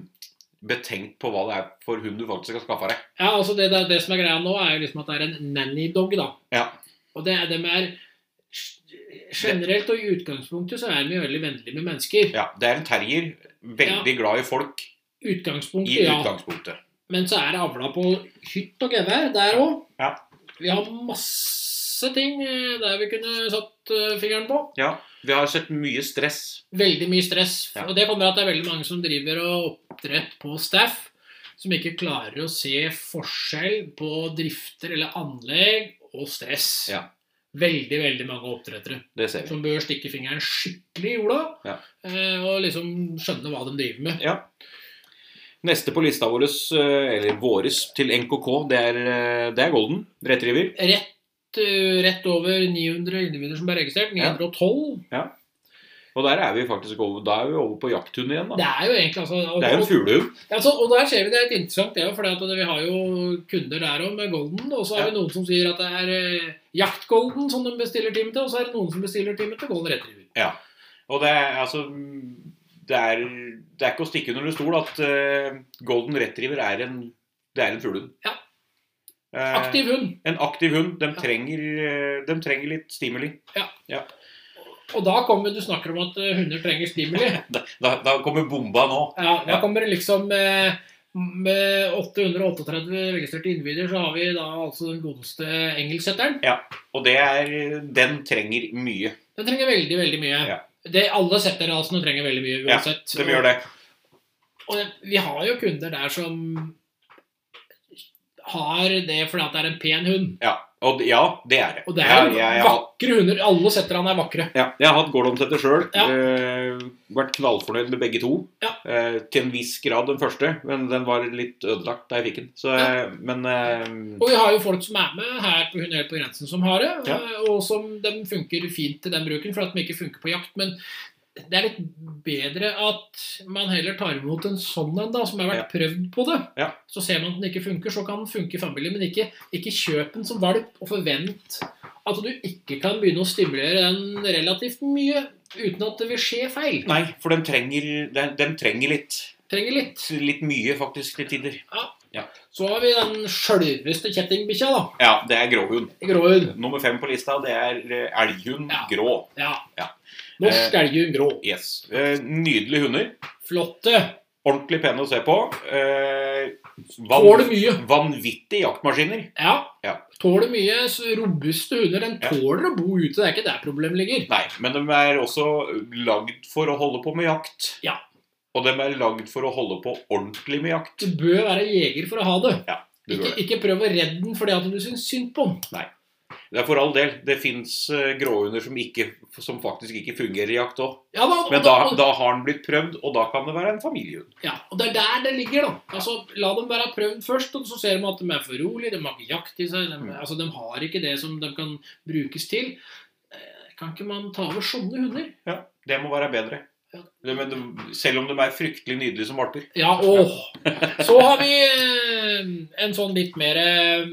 [SPEAKER 2] betenkt på hva det er for hund du faktisk skal skaffe deg.
[SPEAKER 1] Ja, altså det, det, det som er greia nå, er jo liksom at det er en nanny-dog, da.
[SPEAKER 2] Ja.
[SPEAKER 1] Og det, dem er Generelt og i utgangspunktet så er de veldig vennlige med mennesker.
[SPEAKER 2] Ja, det er en terrier. Veldig glad i folk i
[SPEAKER 1] Utgangspunktet, ja.
[SPEAKER 2] utgangspunktet.
[SPEAKER 1] Men så er det avla på hytt og gevær der òg.
[SPEAKER 2] Ja.
[SPEAKER 1] Vi har masse ting eh, der vi kunne satt eh, fingeren på.
[SPEAKER 2] Ja. Vi har sett mye stress.
[SPEAKER 1] Veldig mye stress.
[SPEAKER 2] Ja.
[SPEAKER 1] Og det kommer av at det er veldig mange som driver og oppdrett på staff, som ikke klarer å se forskjell på drifter eller anlegg og stress.
[SPEAKER 2] Ja.
[SPEAKER 1] Veldig, veldig mange oppdrettere
[SPEAKER 2] Det ser vi.
[SPEAKER 1] som bør stikke fingeren skikkelig i jorda
[SPEAKER 2] Ja.
[SPEAKER 1] eh, og liksom skjønne hva de driver med.
[SPEAKER 2] Ja. Neste på lista vår, eh, eller våres, til NKK, det er, eh, det er Golden Retriever.
[SPEAKER 1] Rett, eh, rett over 900 individer som ble registrert.
[SPEAKER 2] Ja.
[SPEAKER 1] 912.
[SPEAKER 2] Og der er vi faktisk over, da er vi over på jakthund igjen, da.
[SPEAKER 1] Det er jo egentlig altså, og,
[SPEAKER 2] Det er jo en fuglehund.
[SPEAKER 1] altså, og der ser vi det er litt interessant, det er jo fordi at vi har jo kunder der òg med Golden. Og så er
[SPEAKER 2] Ja.
[SPEAKER 1] det noen som sier at det er eh, jakt-Golden som de bestiller time til, og så er det noen som bestiller time til Golden Retriever.
[SPEAKER 2] Og det er altså Det er, det er ikke å stikke under en stol at eh, golden retriever er en Det er en fuglehund.
[SPEAKER 1] Ja.
[SPEAKER 2] Eh,
[SPEAKER 1] Aktiv hund.
[SPEAKER 2] En aktiv hund. De
[SPEAKER 1] Ja.
[SPEAKER 2] trenger, eh, de trenger litt stimuli.
[SPEAKER 1] Og da kommer du snakker om at eh, hunder trenger stimuli.
[SPEAKER 2] Da, da, da kommer bomba nå.
[SPEAKER 1] Ja, da
[SPEAKER 2] Ja.
[SPEAKER 1] kommer det liksom eh, Med 838 registrerte individer så har vi da altså den godeste engelsksetteren.
[SPEAKER 2] Og det er Den trenger mye.
[SPEAKER 1] Den trenger veldig, veldig mye.
[SPEAKER 2] Ja.
[SPEAKER 1] Det, alle setterrasene trenger veldig mye
[SPEAKER 2] Ja,
[SPEAKER 1] uansett.
[SPEAKER 2] De gjør det.
[SPEAKER 1] Og det- vi har jo kunder der som har det fordi at det er en pen hund.
[SPEAKER 2] Ja. Og d- ja, det er det.
[SPEAKER 1] Og det er jo
[SPEAKER 2] jeg, jeg, jeg, har-
[SPEAKER 1] vakre hunder. Alle setterne er vakre.
[SPEAKER 2] ja, jeg har hatt Gordon-setter sjøl.
[SPEAKER 1] Ja.
[SPEAKER 2] vært knallfornøyd med begge to.
[SPEAKER 1] Ja.
[SPEAKER 2] Eh, til en viss grad den første, men den var litt ødelagt da jeg fikk den. Så, eh, Men eh,
[SPEAKER 1] Og vi har jo folk som er med her på Hund helt på grensen som har det,
[SPEAKER 2] Ja.
[SPEAKER 1] eh, og som de funker fint til den bruken, for at de ikke funker på jakt. Men det er litt bedre at man heller tar imot en sånn en, da, som har vært prøvd på det.
[SPEAKER 2] Ja.
[SPEAKER 1] Så ser man at den ikke funker, så kan den funke i familie, men ikke, ikke kjøp den som valp og forvent at du ikke kan begynne å stimulere den relativt mye uten at det vil skje feil.
[SPEAKER 2] Nei, for de trenger, de, de trenger litt,
[SPEAKER 1] Trenger litt.
[SPEAKER 2] litt mye faktisk til tider.
[SPEAKER 1] Så har vi den sjølveste kjettingbikkja, da.
[SPEAKER 2] Ja, det er gråhund.
[SPEAKER 1] Gråhund.
[SPEAKER 2] Nummer fem på lista, det er eh, elghund
[SPEAKER 1] Ja.
[SPEAKER 2] grå.
[SPEAKER 1] Ja.
[SPEAKER 2] Ja. Eh.
[SPEAKER 1] Norsk elghund grå.
[SPEAKER 2] Yes. Eh, Nydelige hunder.
[SPEAKER 1] Flotte.
[SPEAKER 2] Ordentlig pene å se på. Eh, van-
[SPEAKER 1] Tåler mye.
[SPEAKER 2] Vanvittige jaktmaskiner.
[SPEAKER 1] Ja.
[SPEAKER 2] Ja.
[SPEAKER 1] Tåler mye. så Robuste hunder. Den
[SPEAKER 2] Ja.
[SPEAKER 1] tåler å bo ute. Det er ikke der problemet ligger.
[SPEAKER 2] Nei, men de er også lagd for å holde på med jakt.
[SPEAKER 1] Ja.
[SPEAKER 2] Og de er lagd for å holde på ordentlig med jakt.
[SPEAKER 1] Du bør være jeger for å ha det.
[SPEAKER 2] Du
[SPEAKER 1] Ikke,
[SPEAKER 2] gjør det.
[SPEAKER 1] ikke prøv å redde den fordi at du syns synd på den.
[SPEAKER 2] det er for all del. Det fins gråhunder som, ikke- som faktisk ikke fungerer i jakt òg.
[SPEAKER 1] Ja, da,
[SPEAKER 2] Men
[SPEAKER 1] og
[SPEAKER 2] da,
[SPEAKER 1] og-
[SPEAKER 2] da har den blitt prøvd, og da kan det være en familiehund.
[SPEAKER 1] ja, og det er der det ligger, da. Altså, La dem være prøvd først, og så ser de at de er for rolig, de har ikke jakt i seg. De,
[SPEAKER 2] Mm.
[SPEAKER 1] altså, de har ikke det som de kan brukes til. Eh, Kan ikke man ta over sånne hunder?
[SPEAKER 2] Det må være bedre.
[SPEAKER 1] Ja.
[SPEAKER 2] Det, men det, selv om de er fryktelig nydelige som valper.
[SPEAKER 1] Ja, åh. Så har vi eh, en sånn litt mer eh,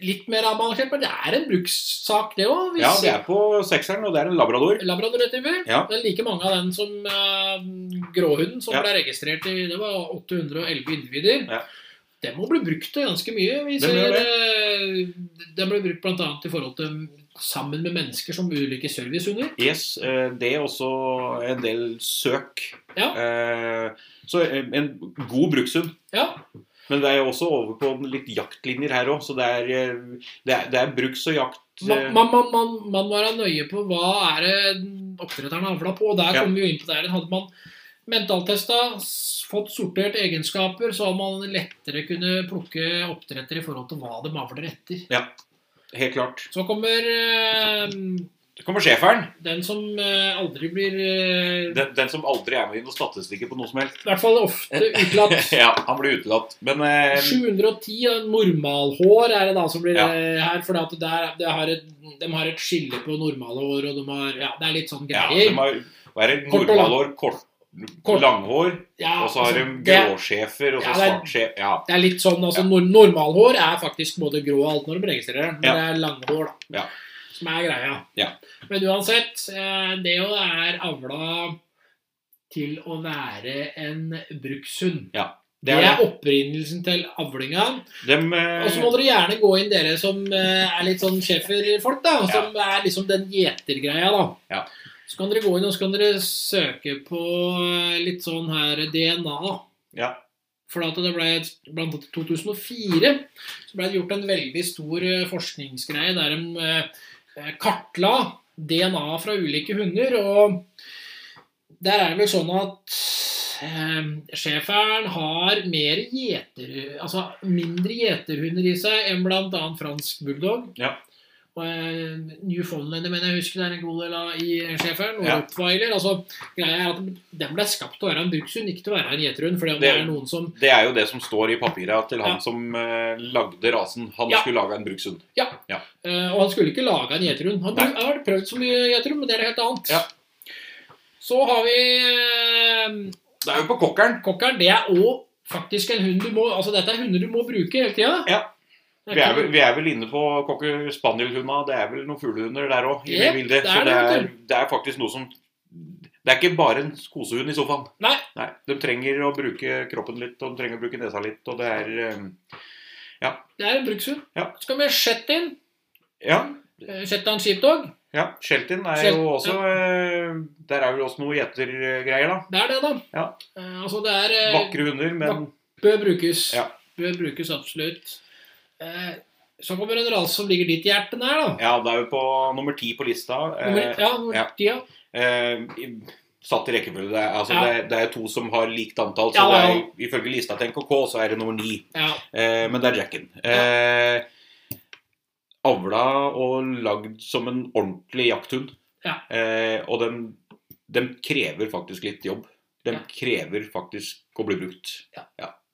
[SPEAKER 1] litt mer avbalansert, men det er en brukssak, det òg.
[SPEAKER 2] Ja, det er på sekseren, og det er en labrador.
[SPEAKER 1] Labrador retriever.
[SPEAKER 2] Ja.
[SPEAKER 1] Det er like mange av den som eh, gråhunden som
[SPEAKER 2] Ja.
[SPEAKER 1] ble registrert i Det var 811 individer.
[SPEAKER 2] Ja.
[SPEAKER 1] Den må bli brukt til ganske mye. Vi
[SPEAKER 2] Den
[SPEAKER 1] ser,
[SPEAKER 2] gjør
[SPEAKER 1] eh, den blir brukt bl.a. i forhold til sammen med mennesker som ulike servicehunder.
[SPEAKER 2] Yes, eh, det er også en del søk.
[SPEAKER 1] Ja.
[SPEAKER 2] Eh, Så eh, en god brukshund.
[SPEAKER 1] Ja.
[SPEAKER 2] Men det er jo også over på litt jaktlinjer her òg, så det er, eh, det er, det er bruks og jakt. eh,
[SPEAKER 1] Man, man, man, man, man må være nøye på hva er det oppdretteren havla på. og Der
[SPEAKER 2] Ja.
[SPEAKER 1] kommer vi jo inn på det her. Hadde man mentaltesta, s- fått sortert egenskaper, så hadde man lettere kunne plukke oppdretter i forhold til hva de avler etter.
[SPEAKER 2] eh, Helt klart.
[SPEAKER 1] Så kommer eh,
[SPEAKER 2] Så kommer schæferen.
[SPEAKER 1] den som eh, aldri blir eh,
[SPEAKER 2] Den, den som aldri er med i noen statistikker på noe som helst.
[SPEAKER 1] I hvert fall ofte utelatt.
[SPEAKER 2] ja, han blir utelatt. Men eh,
[SPEAKER 1] 710 av normalhår er det da som blir
[SPEAKER 2] Ja.
[SPEAKER 1] eh, her. For det er- det har et, de har et skille på normale hår, og de har Ja, det er litt sånn
[SPEAKER 2] ja,
[SPEAKER 1] greier.
[SPEAKER 2] de har, hva er det?
[SPEAKER 1] Kort og lang.
[SPEAKER 2] Normalhår, kort,
[SPEAKER 1] Kort.
[SPEAKER 2] langhår,
[SPEAKER 1] Ja,
[SPEAKER 2] og så har de
[SPEAKER 1] altså, det-
[SPEAKER 2] gråsjefer, og så
[SPEAKER 1] Ja, det er-
[SPEAKER 2] svartsjef Ja.
[SPEAKER 1] Det er litt sånn, altså nor- Normalhår er faktisk både grå og alt når du registrerer det, men
[SPEAKER 2] Ja.
[SPEAKER 1] det er langhår da,
[SPEAKER 2] Ja.
[SPEAKER 1] som er greia.
[SPEAKER 2] Ja.
[SPEAKER 1] Men uansett, eh, det jo er avla til å være en brukshund. Det er, opprinnelsen til avlinga.
[SPEAKER 2] dem, eh,
[SPEAKER 1] Og så må dere gjerne gå inn, dere som eh, er litt sånn schæferfolk, da. Som er liksom den gjetergreia, da.
[SPEAKER 2] Ja.
[SPEAKER 1] Så kan dere gå inn og så kan dere søke på eh, litt sånn her DNA. da.
[SPEAKER 2] Ja.
[SPEAKER 1] For at det ble, blant annet i 2004 så ble det gjort en veldig stor eh, forskningsgreie der de eh, kartla DNA fra ulike hunder. Og der er det vel sånn at eh, schæferen har mer gjeter, altså mindre gjeterhunder i seg enn bl.a. fransk bulldog.
[SPEAKER 2] Ja.
[SPEAKER 1] Og eh, Newfoundlander, mener jeg husker det er en god del av i schæferen. Og
[SPEAKER 2] Ja.
[SPEAKER 1] Rottweiler. altså greia er at Den ble skapt til å være en brukshund, ikke til å være en gjeterhund. For det
[SPEAKER 2] Det-
[SPEAKER 1] er noen som
[SPEAKER 2] det er jo det som står i papira til han
[SPEAKER 1] Ja.
[SPEAKER 2] som eh, lagde rasen. Han
[SPEAKER 1] Ja.
[SPEAKER 2] skulle lage en brukshund.
[SPEAKER 1] Eh, og han skulle ikke lage en gjeterhund. Han
[SPEAKER 2] Nei.
[SPEAKER 1] har vært prøvd så mye gjeterhund, men det er noe helt annet.
[SPEAKER 2] Ja.
[SPEAKER 1] Så har vi eh,
[SPEAKER 2] Det er jo på kokkeren.
[SPEAKER 1] kokkeren. Det er òg faktisk en hund du må Altså dette er hunder du må bruke hele tida.
[SPEAKER 2] Ja. Vi er, vel- vi er vel inne på cocker spanielhunda. Det er vel noen fuglehunder der òg.
[SPEAKER 1] Jep, det er
[SPEAKER 2] så det
[SPEAKER 1] det,
[SPEAKER 2] er,
[SPEAKER 1] vet
[SPEAKER 2] det er faktisk noe som Det er ikke bare en kosehund i sofaen.
[SPEAKER 1] Nei.
[SPEAKER 2] De trenger å bruke kroppen litt, og de trenger å bruke nesa litt, og det er eh,
[SPEAKER 1] Det er en brukshund.
[SPEAKER 2] Ja.
[SPEAKER 1] Så kan vi sette inn
[SPEAKER 2] Ja.
[SPEAKER 1] eh, Shetland sheepdog.
[SPEAKER 2] ja. Shelton er
[SPEAKER 1] Shel-
[SPEAKER 2] jo også eh, Der er vel også noe gjetergreier, da.
[SPEAKER 1] Det er det, da.
[SPEAKER 2] Ja.
[SPEAKER 1] Eh, altså det er eh,
[SPEAKER 2] Vakre hunder, men
[SPEAKER 1] Bør brukes.
[SPEAKER 2] Ja.
[SPEAKER 1] Bør brukes absolutt. Eh, så kommer en rase som ligger ditt hjerte nær, da.
[SPEAKER 2] Ja, det er jo på nummer ti på lista.
[SPEAKER 1] Nummer,
[SPEAKER 2] Eh,
[SPEAKER 1] ja, nummer
[SPEAKER 2] ja.
[SPEAKER 1] ti, ja.
[SPEAKER 2] eh, i- Satt i rekkefølge. Det er, altså,
[SPEAKER 1] Ja.
[SPEAKER 2] det, er, det er to som har likt antall, så
[SPEAKER 1] Ja,
[SPEAKER 2] det er,
[SPEAKER 1] ja.
[SPEAKER 2] ifølge lista til NKK så er det nummer ni.
[SPEAKER 1] ja.
[SPEAKER 2] Eh, men det er Jacken. Eh, avla og lagd som en ordentlig jakthund.
[SPEAKER 1] Ja.
[SPEAKER 2] Eh, og den, den krever faktisk litt jobb. Den
[SPEAKER 1] Ja.
[SPEAKER 2] krever faktisk å bli brukt.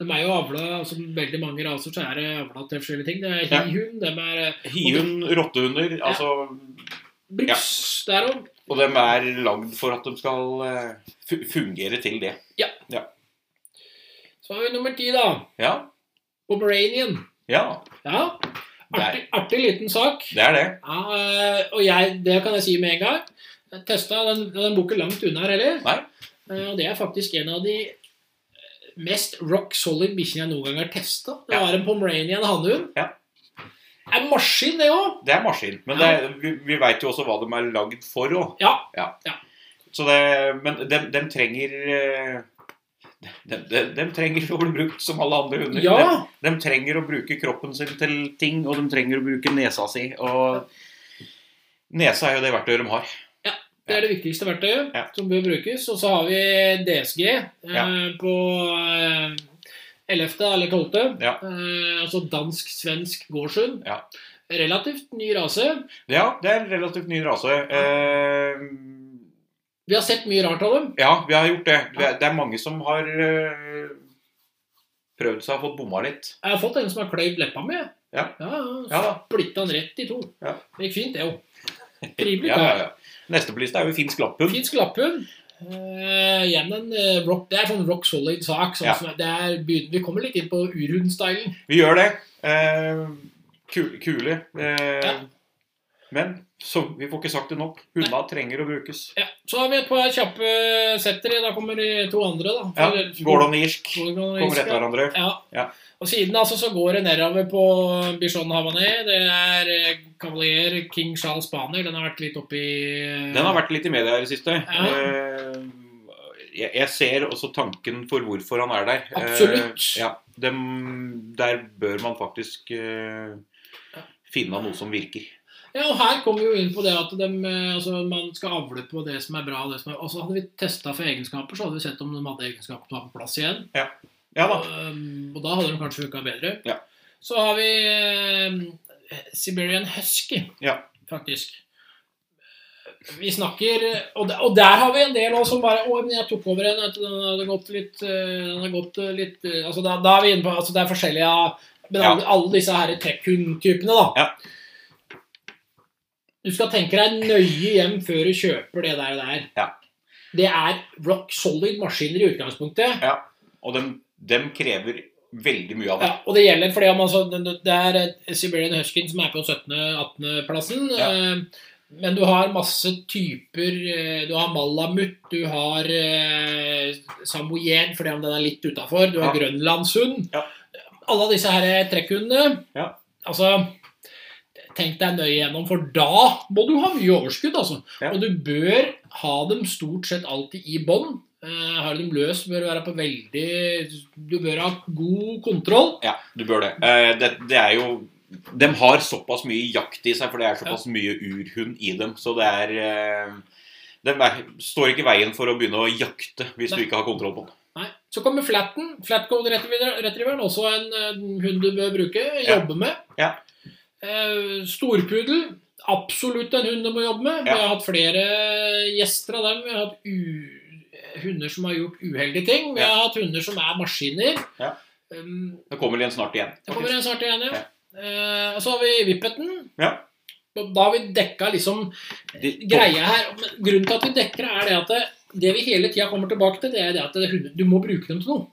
[SPEAKER 1] De er jo avla, altså veldig mange raser så er det avla til forskjellige ting. Det er
[SPEAKER 2] Ja.
[SPEAKER 1] hihund, de er eh,
[SPEAKER 2] Hihund, rottehunder, altså
[SPEAKER 1] bruks der òg.
[SPEAKER 2] Og dem er lagd for at de skal eh, fu- fungere til det.
[SPEAKER 1] Så har vi nummer ti, da.
[SPEAKER 2] Ja.
[SPEAKER 1] Pomeranian.
[SPEAKER 2] Ja,
[SPEAKER 1] Ja. Artig, artig liten sak.
[SPEAKER 2] det er det.
[SPEAKER 1] Ja, eh, og jeg, det kan jeg si med en gang. Jeg testa den, den bor ikke langt unna her heller.
[SPEAKER 2] Nei.
[SPEAKER 1] Eh, Og det er faktisk en av de eh, mest rock solid bikkjene jeg noen gang har testa. Det
[SPEAKER 2] Ja.
[SPEAKER 1] var en Pomeranian hannhund.
[SPEAKER 2] Ja.
[SPEAKER 1] En maskin, det òg.
[SPEAKER 2] Det er maskin. Men det, vi, vi veit jo også hva de er lagd for òg.
[SPEAKER 1] Ja.
[SPEAKER 2] Så det, men de, trenger eh, de, trenger å bli brukt som alle andre hunder.
[SPEAKER 1] ja.
[SPEAKER 2] De, trenger å bruke kroppen sin til ting, og de trenger å bruke nesa si. Og nesa er jo det verktøyet de har.
[SPEAKER 1] Det er det viktigste verktøyet
[SPEAKER 2] Ja.
[SPEAKER 1] som bør brukes. Og så har vi DSG eh,
[SPEAKER 2] Ja.
[SPEAKER 1] på eh, 11. eller 12.
[SPEAKER 2] Ja.
[SPEAKER 1] Eh, altså dansk-svensk gårdshund.
[SPEAKER 2] Ja.
[SPEAKER 1] Relativt ny rase.
[SPEAKER 2] Ja, det er en relativt ny rase. Eh,
[SPEAKER 1] Vi har sett mye rart av dem.
[SPEAKER 2] ja, vi har gjort det. Det er, det er mange som har eh, prøvd seg og fått bomma litt.
[SPEAKER 1] Jeg har fått en som har kløyvd leppa mi. jeg.
[SPEAKER 2] Ja.
[SPEAKER 1] Ja,
[SPEAKER 2] Ja da.
[SPEAKER 1] Splitta den rett i to.
[SPEAKER 2] Ja.
[SPEAKER 1] Det gikk fint, det òg. Trivelig.
[SPEAKER 2] Ja, ja,
[SPEAKER 1] kar.
[SPEAKER 2] ja. Neste på lista er jo finsk lapphund.
[SPEAKER 1] Finsk lapphund. Eh, igjen en eh, rock, det er sånn rock solid sak. Sånn
[SPEAKER 2] Ja.
[SPEAKER 1] som, det er, begyn- vi kommer litt inn på urhundstylen.
[SPEAKER 2] Vi gjør det. Eh, Kule. kule. Eh,
[SPEAKER 1] Ja.
[SPEAKER 2] Men så, vi får ikke sagt det nok. Hundene trenger å brukes.
[SPEAKER 1] Ja, så har vi et par kjappe settere. Da kommer de to andre, da.
[SPEAKER 2] Ja,
[SPEAKER 1] For-
[SPEAKER 2] Gordon og Irsk
[SPEAKER 1] Gordon og
[SPEAKER 2] kommer
[SPEAKER 1] Isak.
[SPEAKER 2] etter hverandre.
[SPEAKER 1] Ja.
[SPEAKER 2] Ja.
[SPEAKER 1] Og siden altså så går det nedover på Bichon Havanet. Det er eh, Cavalier King Charles Spanier. Den har vært litt oppi eh,
[SPEAKER 2] Den har vært litt i media i det siste.
[SPEAKER 1] Ja.
[SPEAKER 2] Eh, Jeg, jeg ser også tanken for hvorfor han er der. Eh,
[SPEAKER 1] Absolutt.
[SPEAKER 2] Ja, dem, der bør man faktisk eh, finne noe som virker.
[SPEAKER 1] Ja, og her kommer vi jo inn på det at dem, eh, altså, man skal avle på det som er bra. Og det som er... Altså, hadde vi testa for egenskaper, så hadde vi sett om de hadde egenskaper som var på plass igjen.
[SPEAKER 2] Ja da.
[SPEAKER 1] Um, og da hadde de kanskje funka bedre.
[SPEAKER 2] Ja.
[SPEAKER 1] Så har vi eh, Siberian Husky,
[SPEAKER 2] Ja.
[SPEAKER 1] faktisk. Vi snakker og der, og der har vi en del også som bare Å, men jeg tok over en. vet du, Den hadde gått litt, eh, den hadde gått eh, litt eh», altså da, da er vi inne på altså Det er forskjellige Men
[SPEAKER 2] Ja.
[SPEAKER 1] alle, alle disse her tech-hund-typene, da.
[SPEAKER 2] Ja.
[SPEAKER 1] Du skal tenke deg nøye hjem før du kjøper det der. der.
[SPEAKER 2] Ja.
[SPEAKER 1] Det er rock solid maskiner i utgangspunktet.
[SPEAKER 2] Og dem, dem krever veldig mye av
[SPEAKER 1] Ja,
[SPEAKER 2] deg.
[SPEAKER 1] og det gjelder fordi om altså, det det er et Siberian Husky som er på 17.-18.-plassen.
[SPEAKER 2] Ja.
[SPEAKER 1] Men du har masse typer. eh, Du har malamut, du har eh, samoyed, fordi om den er litt utafor. Du har
[SPEAKER 2] Ja.
[SPEAKER 1] grønlandshund.
[SPEAKER 2] Ja.
[SPEAKER 1] Alle disse her er trekkhundene.
[SPEAKER 2] Ja.
[SPEAKER 1] Altså Tenk deg nøye gjennom, for da må du ha mye overskudd. altså.
[SPEAKER 2] Ja.
[SPEAKER 1] Og du bør ha dem stort sett alltid i bånd. Eh, har du dem løs, bør du være på veldig Du bør ha god kontroll.
[SPEAKER 2] Ja, du bør det. Eh, det, det er jo De har såpass mye jakt i seg, for det er såpass mye urhund i dem. Så det er eh, De er, står ikke i veien for å begynne å jakte hvis du
[SPEAKER 1] Nei.
[SPEAKER 2] ikke har kontroll på den.
[SPEAKER 1] Nei. Så kommer Flatten. Flatgold Retrieveren, også en eh, hund du bør bruke,
[SPEAKER 2] Ja.
[SPEAKER 1] jobbe med.
[SPEAKER 2] Ja.
[SPEAKER 1] Eh, storpudel, absolutt en hund du må jobbe med. Vi
[SPEAKER 2] Ja.
[SPEAKER 1] har hatt flere gjester av dem. Vi har hatt u hunder som har gjort uheldige ting. Vi
[SPEAKER 2] Ja.
[SPEAKER 1] har hatt hunder som er maskiner.
[SPEAKER 2] Ja.
[SPEAKER 1] Um,
[SPEAKER 2] Det kommer vel en snart igjen.
[SPEAKER 1] det kommer en snart igjen, ja.
[SPEAKER 2] Ja.
[SPEAKER 1] Eh, og så har vi Vippeten.
[SPEAKER 2] Ja.
[SPEAKER 1] Og Da har vi dekka liksom
[SPEAKER 2] De-
[SPEAKER 1] greia her. Men grunnen til at vi dekker det, er det at det, det vi hele tida kommer tilbake til, det er det at det er hunder, du må bruke dem til noe.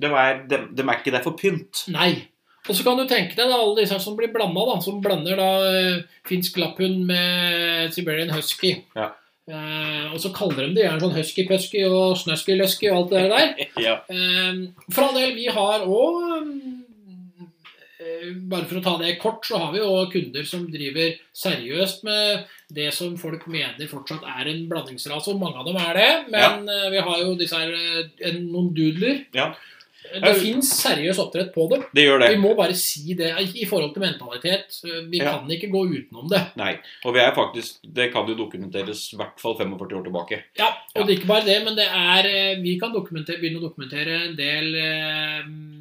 [SPEAKER 2] De er, de, de er ikke der for pynt.
[SPEAKER 1] Nei. Og så kan du tenke deg da, alle disse som blir blanda, da, som blander da eh, finsk lapphund med Siberian husky.
[SPEAKER 2] Ja.
[SPEAKER 1] Eh, og så kaller de det gjerne sånn husky-pusky og snusky-lusky og alt det der.
[SPEAKER 2] Ja.
[SPEAKER 1] Eh, for all del, vi har òg Bare for å ta det kort, så har vi jo kunder som driver seriøst med det som folk mener fortsatt er en blandingsrase, og mange av dem er det. Men eh, vi har jo disse her, eh, en- noen doodler. Eh,
[SPEAKER 2] Ja.
[SPEAKER 1] Det fins seriøs oppdrett på det.
[SPEAKER 2] Det gjør det.
[SPEAKER 1] Vi må bare si det i forhold til mentalitet. Eh, Vi
[SPEAKER 2] Ja.
[SPEAKER 1] kan ikke gå utenom det.
[SPEAKER 2] Nei. Og vi er faktisk Det kan jo dokumenteres i hvert fall 45 år tilbake.
[SPEAKER 1] Ja, Og
[SPEAKER 2] Ja.
[SPEAKER 1] det er ikke bare det, men det er eh, Vi kan dokumentere, begynne å dokumentere en del eh,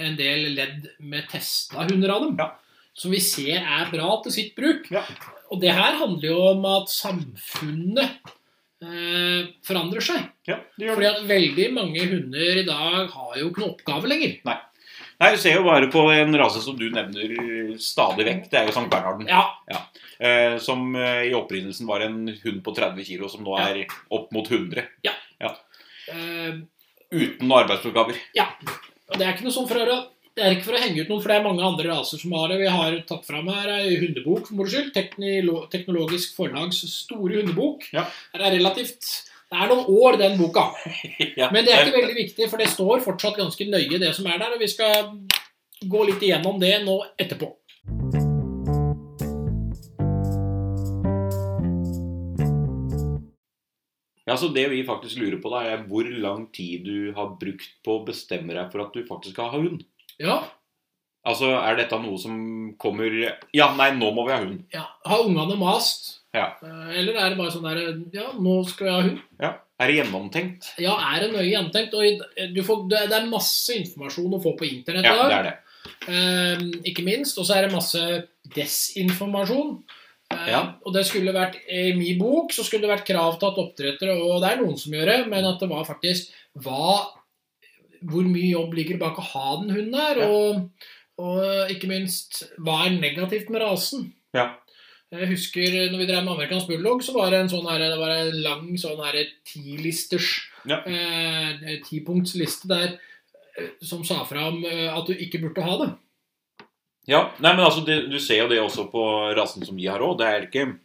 [SPEAKER 1] En del ledd med testa hunder av dem.
[SPEAKER 2] Ja.
[SPEAKER 1] Som vi ser er bra til sitt bruk.
[SPEAKER 2] Ja.
[SPEAKER 1] Og det her handler jo om at samfunnet eh, forandrer seg.
[SPEAKER 2] Ja, det
[SPEAKER 1] Fordi at veldig mange hunder i dag har jo ikke noen oppgave lenger.
[SPEAKER 2] Nei, Du ser jo bare på en rase som du nevner stadig vekk. Det er jo Sankt Bernharden.
[SPEAKER 1] Ja,
[SPEAKER 2] Eh, som eh, i opprinnelsen var en hund på 30 kg, som nå er opp mot 100.
[SPEAKER 1] eh,
[SPEAKER 2] Uten noen arbeidsoppgaver.
[SPEAKER 1] Og det er ikke noe sånn for å det er ikke for å henge ut noen, for det er mange andre raser som har det. Vi har tatt fram her ei hundebok, for moro skyld. Teknilo- Teknologisk forlags store hundebok.
[SPEAKER 2] Ja.
[SPEAKER 1] Det er relativt Det er noen år, den boka.
[SPEAKER 2] Ja, Eh,
[SPEAKER 1] Men det er ikke veldig viktig, for det står fortsatt ganske nøye, det som er der. Og vi skal gå litt igjennom det nå etterpå.
[SPEAKER 2] Ja, så Det vi faktisk lurer på, da, er hvor lang tid du har brukt på å bestemme deg for at du faktisk skal ha hund.
[SPEAKER 1] Ja.
[SPEAKER 2] Altså, Er dette noe som kommer Ja, nei, nå må vi ha hund.
[SPEAKER 1] ja. Har ungene mast?
[SPEAKER 2] Ja.
[SPEAKER 1] Eh, Eller er det bare sånn der Ja, nå skal jeg ha hund.
[SPEAKER 2] Ja, Er det gjennomtenkt?
[SPEAKER 1] Ja, er det nøye gjennomtenkt? Og i- du får, det det er masse informasjon å få på internett i dag.
[SPEAKER 2] Ja, det er det.
[SPEAKER 1] Eh, ikke minst. Og så er det masse desinformasjon. Eh,
[SPEAKER 2] Ja.
[SPEAKER 1] Og det skulle vært I min bok så skulle det vært krav til at oppdrettere Og det er noen som gjør det, men at det var faktisk hva, Hvor mye jobb ligger bak å ha den hunden her?
[SPEAKER 2] Ja.
[SPEAKER 1] Og, og ikke minst hva er negativt med rasen?
[SPEAKER 2] Ja.
[SPEAKER 1] Jeg husker når vi drev med amerikansk bulldog, så var det en sånn her, det var en lang sånn her ti-listers
[SPEAKER 2] Ja.
[SPEAKER 1] eh, Tipunktsliste der eh, som sa fra om eh, at du ikke burde ha det.
[SPEAKER 2] Ja, nei, men altså, det, Du ser jo det også på rasen som vi har òg. Det, er ikke-